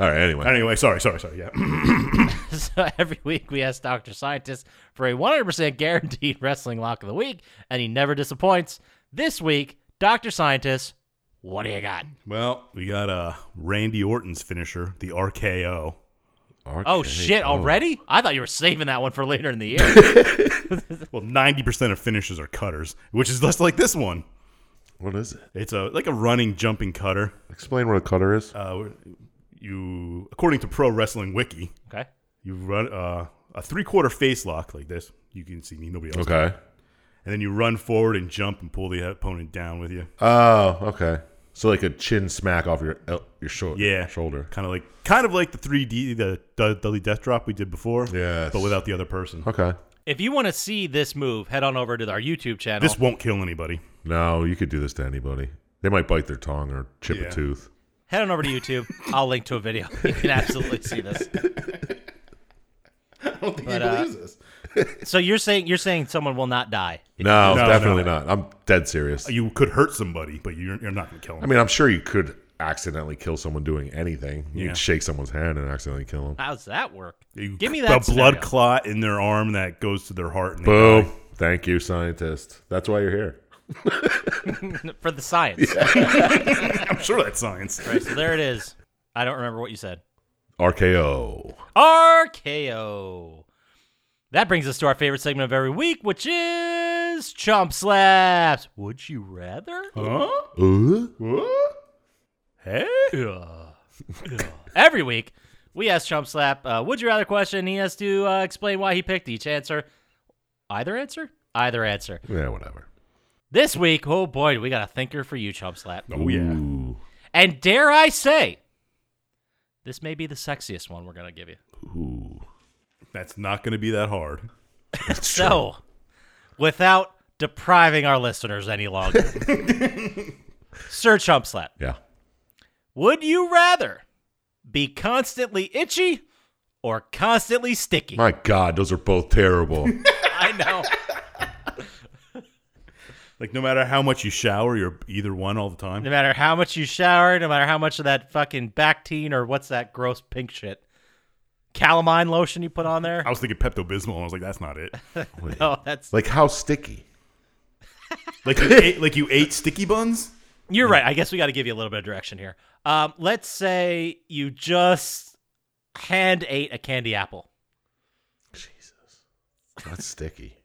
Speaker 2: All right, anyway.
Speaker 3: Anyway, sorry, sorry, sorry. Yeah. [CLEARS THROAT]
Speaker 4: so every week we ask Dr. Scientist for a 100% guaranteed [LAUGHS] wrestling lock of the week, and he never disappoints. This week, Dr. Scientist, what do you got?
Speaker 3: Well, we got uh, Randy Orton's finisher, the RKO.
Speaker 4: Oh,
Speaker 2: Okay.
Speaker 4: shit,
Speaker 2: Oh.
Speaker 4: already? I thought you were saving that one for later in the
Speaker 2: [LAUGHS]
Speaker 4: year.
Speaker 3: Well, ninety percent of finishes are cutters, which is just like this one.
Speaker 2: What is it?
Speaker 3: It's a like a running jumping cutter.
Speaker 2: Explain what a cutter is.
Speaker 3: Uh, you, according to Pro Wrestling Wiki,
Speaker 4: okay.
Speaker 3: you run uh, a three quarter face lock like this. You can see me, nobody else.
Speaker 2: okay.
Speaker 3: And then you run forward and jump and pull the opponent down with you.
Speaker 2: Oh, okay. So like a chin smack off your el- your shoulder.
Speaker 3: Yeah,
Speaker 2: Shoulder.
Speaker 3: Kind of like, kind of like the three D, the Du- Dudley Death Drop we did before.
Speaker 2: Yes.
Speaker 3: but without the other person.
Speaker 2: Okay.
Speaker 4: If you want to see this move, head on over to our YouTube channel.
Speaker 3: This won't kill anybody.
Speaker 2: No, you could do this to anybody. They might bite their tongue or chip
Speaker 3: Yeah.
Speaker 2: a tooth.
Speaker 4: head on over to YouTube. I'll link to a video. You can absolutely see this.
Speaker 3: I [LAUGHS] don't think
Speaker 4: But, uh, believes
Speaker 3: this.
Speaker 4: So you're saying you're saying someone will not die.
Speaker 2: No,
Speaker 3: No,
Speaker 2: definitely
Speaker 3: no.
Speaker 2: not. I'm dead serious.
Speaker 3: You could hurt somebody, but you're, you're not going to kill them.
Speaker 2: I mean, I'm sure you could accidentally kill someone doing anything. You
Speaker 3: Yeah.
Speaker 2: could shake someone's hand and accidentally kill them.
Speaker 4: How's that work?
Speaker 3: You-
Speaker 4: Give me that
Speaker 3: the blood
Speaker 4: scenario.
Speaker 3: clot in their arm that goes to their heart. And they
Speaker 2: Boom.
Speaker 3: die. [LAUGHS]
Speaker 2: Thank you, scientist. That's why you're here.
Speaker 4: for the science.
Speaker 3: I'm sure that's science.
Speaker 4: Right, so there it is. I don't remember what you said.
Speaker 2: RKO.
Speaker 4: RKO. That brings us to our favorite segment of every week, which is Chump Slaps. Would you rather?
Speaker 3: Huh?
Speaker 2: Ooh.
Speaker 3: Hey.
Speaker 4: Yeah. Yeah. Every week, we ask Chump Slap, uh, would you rather question? and He has to uh, explain why he picked each answer. Either answer? Either answer.
Speaker 2: Yeah, whatever.
Speaker 4: This week, oh boy, we got a thinker for you, Chump Slap.
Speaker 3: Oh yeah.
Speaker 2: Ooh.
Speaker 4: And dare I say, this may be the sexiest one we're going to give you.
Speaker 2: Ooh.
Speaker 3: That's not going to be that hard.
Speaker 4: So, without depriving our listeners any longer, Sir Chump Slap,
Speaker 2: Yeah.
Speaker 4: would you rather be constantly itchy or constantly sticky?
Speaker 2: My God, those are both terrible.
Speaker 4: I know.
Speaker 3: Like no matter how much you shower, you're either one all the
Speaker 4: No
Speaker 3: time.
Speaker 4: matter how much you shower, no matter how much of that fucking Bactine or what's that gross pink shit, calamine lotion you put on there.
Speaker 3: I was thinking Pepto Bismol, and I was like, that's not it.
Speaker 4: [LAUGHS] Oh, that's
Speaker 2: like how sticky?
Speaker 3: Like you ate, like you ate sticky buns.
Speaker 4: you're right. I guess we got to give you a little bit of direction here. Um, let's say you just hand ate a candy apple. [LAUGHS]
Speaker 2: Jesus. That's sticky.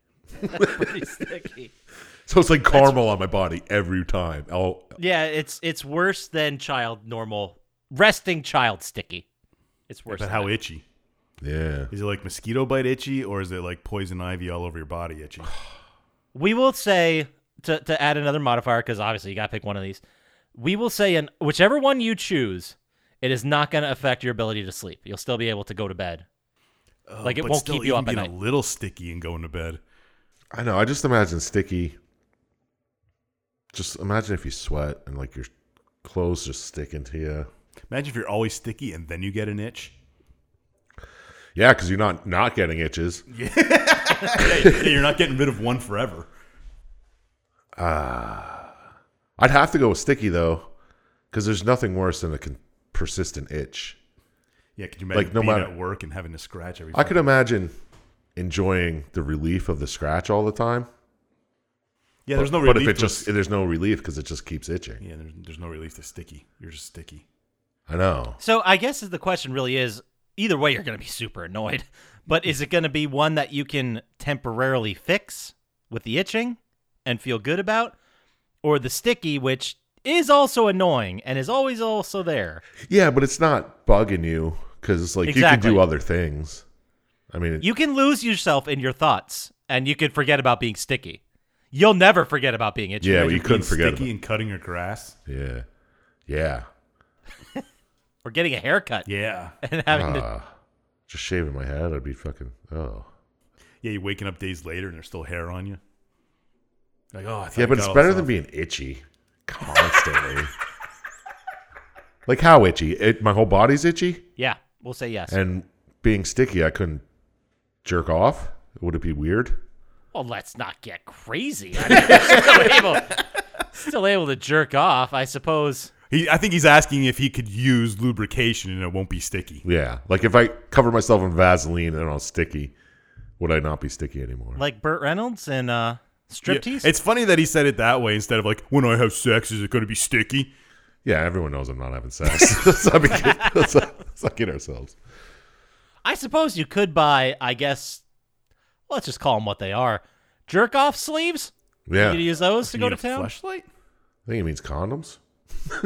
Speaker 4: Pretty sticky.
Speaker 2: So it's like caramel on my body every time. Oh,
Speaker 4: Yeah, it's it's worse than child normal resting child sticky. It's worse.
Speaker 3: But
Speaker 4: than
Speaker 3: how
Speaker 4: that.
Speaker 3: itchy?
Speaker 2: Yeah.
Speaker 3: Is it like mosquito bite itchy, or is it like poison ivy all over your body itchy?
Speaker 4: We will say to to add another modifier because obviously you got to pick one of these. We will say in whichever one you choose, it is not going to affect your ability to sleep. You'll still be able to go to bed. [SIGHS] Like, it
Speaker 3: but
Speaker 4: won't
Speaker 3: still,
Speaker 4: keep you
Speaker 3: even
Speaker 4: up at
Speaker 3: being a
Speaker 4: night.
Speaker 3: little sticky and going to bed.
Speaker 2: I know. I just imagine sticky. Just imagine if you sweat and like your clothes just sticking to you.
Speaker 3: Imagine if you're always sticky and then you get an
Speaker 2: [LAUGHS]
Speaker 3: itch.
Speaker 2: Yeah, because you're not not getting itches.
Speaker 3: Yeah, you're not getting rid of one forever.
Speaker 2: I'd have to go with sticky though, because there's nothing worse than a con- persistent itch.
Speaker 3: Yeah, could you imagine
Speaker 2: Like, no
Speaker 3: being
Speaker 2: matter-
Speaker 3: at work and having to scratch every?
Speaker 2: I could imagine enjoying the relief of the scratch all the time.
Speaker 3: yeah, there's no
Speaker 2: but
Speaker 3: relief.
Speaker 2: if
Speaker 3: to
Speaker 2: it just
Speaker 3: a-
Speaker 2: there's no relief because it just keeps itching.
Speaker 3: yeah, there's, there's no relief to sticky. You're just sticky.
Speaker 2: I know.
Speaker 4: So I guess the question really is either way you're going to be super annoyed, [LAUGHS] but is it going to be one that you can temporarily fix with the itching and feel good about or the sticky which is also annoying and is always also there.
Speaker 2: Yeah, but it's not bugging you because like you
Speaker 4: Exactly.
Speaker 2: can do other things. I mean,
Speaker 4: You can lose yourself in your thoughts and you could forget about being sticky. You'll never forget about being itchy.
Speaker 2: yeah, but
Speaker 3: Imagine
Speaker 2: you couldn't
Speaker 3: being
Speaker 2: forget.
Speaker 3: sticky and cutting your grass.
Speaker 2: about- yeah, yeah.
Speaker 4: Or getting a haircut [LAUGHS]
Speaker 3: Yeah,
Speaker 4: and having to
Speaker 2: Uh. Just shaving my head, I'd be fucking oh.
Speaker 3: yeah. You're waking up days later and there's still hair on you. Like oh, I thought
Speaker 2: Yeah,
Speaker 3: I
Speaker 2: but
Speaker 3: got
Speaker 2: it's
Speaker 3: all
Speaker 2: better
Speaker 3: this
Speaker 2: than
Speaker 3: off.
Speaker 2: being itchy
Speaker 3: [LAUGHS]
Speaker 2: constantly. like how itchy? It, my whole body's itchy,
Speaker 4: Yeah, we'll say yes.
Speaker 2: and being sticky, I couldn't jerk off. Would it be weird?
Speaker 4: Well, let's not
Speaker 2: [LAUGHS]
Speaker 4: get crazy. I mean, still, able, still able to jerk off, I suppose.
Speaker 3: He, I think he's asking if he could use lubrication and it won't be sticky.
Speaker 2: Yeah, like if I cover myself in Vaseline and I'm sticky, would I not be sticky anymore?
Speaker 4: Like Burt Reynolds and uh, Striptease?
Speaker 3: Yeah, It's funny that he said it that way instead of like, when I have sex, is it going to be sticky?
Speaker 2: yeah, everyone knows I'm not having sex. [LAUGHS] let's, not be, let's, not, let's not kid ourselves.
Speaker 4: I suppose you could buy, I guess, let's just call them what they are jerk off sleeves?
Speaker 2: Yeah,
Speaker 4: You could
Speaker 2: I
Speaker 4: use those to
Speaker 3: You
Speaker 4: go
Speaker 3: need
Speaker 4: to
Speaker 3: a
Speaker 4: town?
Speaker 3: Fleshlight?
Speaker 2: think it means condoms. [LAUGHS]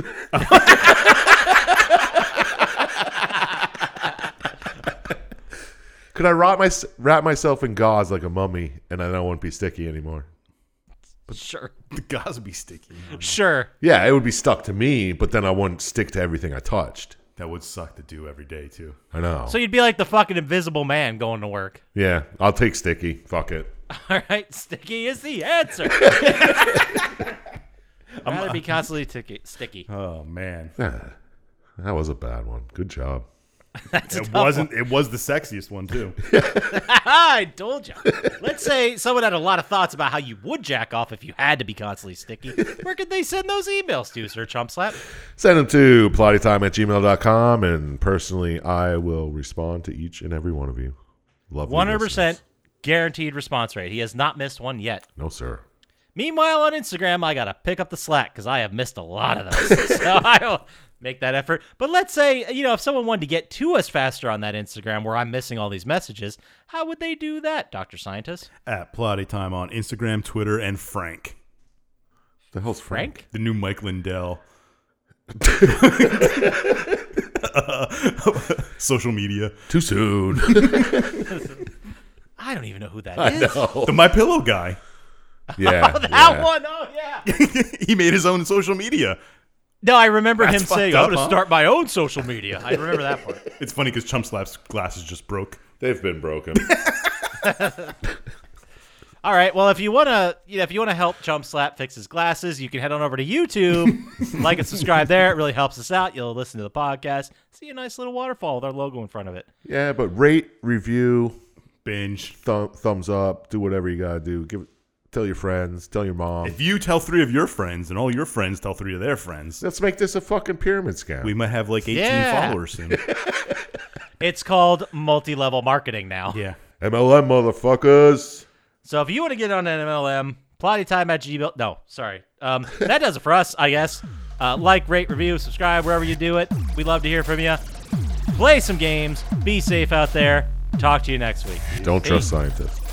Speaker 2: Could I wrap, my, wrap myself in gauze like a mummy and then I wouldn't be sticky anymore?
Speaker 4: Sure.
Speaker 3: [LAUGHS] The gauze would be sticky.
Speaker 4: Sure.
Speaker 2: Yeah, it would be stuck to me, but then I wouldn't stick to everything I touched.
Speaker 3: That would suck to do every day, too.
Speaker 2: I know.
Speaker 4: So you'd be like the fucking invisible man going to work.
Speaker 2: yeah, I'll take sticky. Fuck it.
Speaker 4: [LAUGHS] All right, sticky is the [LAUGHS] answer. I'd rather be constantly ticky, sticky.
Speaker 3: Oh, man.
Speaker 2: Yeah, that was a bad one. Good job.
Speaker 3: it wasn't, it was the sexiest one, [LAUGHS] too.
Speaker 4: I told you. Let's say someone had a lot of thoughts about how you would jack off if you had to be constantly sticky. Where could they send those emails to, Sir Chump Slap?
Speaker 2: Send them to plottytime at gmail.com, and personally, I will respond to each and every one of you. Love
Speaker 4: One hundred percent guaranteed response rate. He has not missed one yet.
Speaker 2: No, sir.
Speaker 4: Meanwhile, on Instagram, I gotta pick up the slack because I have missed a lot
Speaker 3: [LAUGHS]
Speaker 4: of those. so I will make that effort. But let's say you know if someone wanted to get to us faster on that Instagram, where I'm missing all these messages, how would they do that, Doctor Scientist?
Speaker 3: At Plotty Time on Instagram, Twitter, and Frank.
Speaker 2: The hell's Frank?
Speaker 4: Frank?
Speaker 3: The new Mike [LAUGHS] Lindell. social media.
Speaker 2: Too
Speaker 4: [LAUGHS]
Speaker 2: soon. [LAUGHS]
Speaker 4: I don't even know who that
Speaker 2: I
Speaker 4: is.
Speaker 2: know.
Speaker 3: The My Pillow guy. [LAUGHS]
Speaker 2: Yeah.
Speaker 4: Oh, [LAUGHS] that
Speaker 2: yeah.
Speaker 4: one. Oh yeah.
Speaker 3: he made his own social media.
Speaker 4: No, I remember him
Speaker 3: That's fucked
Speaker 4: saying,
Speaker 3: up,
Speaker 4: "I'm gonna
Speaker 3: huh?
Speaker 4: start my own social media." I remember that part.
Speaker 3: It's funny because Chump Slap's glasses just broke.
Speaker 2: They've been broken. [LAUGHS]
Speaker 4: All right. Well, if you wanna, you know, if you wanna help Chump Slap fix his glasses, you can head on over to YouTube, like and subscribe there. It really helps us out. You'll listen to the podcast, see a nice little waterfall with our logo in front of it.
Speaker 2: yeah, but rate, review,
Speaker 3: Binge.
Speaker 2: th- thumbs up, do whatever you gotta do. Give, tell your friends, tell your mom.
Speaker 3: If you tell three of your friends and all your friends tell three of their friends,
Speaker 2: Let's make this a fucking pyramid scam.
Speaker 3: we might have like 18
Speaker 4: Yeah.
Speaker 3: followers soon.
Speaker 4: It's called multi-level marketing now.
Speaker 3: yeah.
Speaker 2: MLM motherfuckers.
Speaker 4: So if you want to get on an MLM, plottytime at gmail. No, sorry. Um, that does it for us, I guess. Uh, like, rate, review, subscribe, wherever you do it. We love to hear from you. Play some games. Be safe out there. Talk to you next week.
Speaker 2: Don't trust scientists.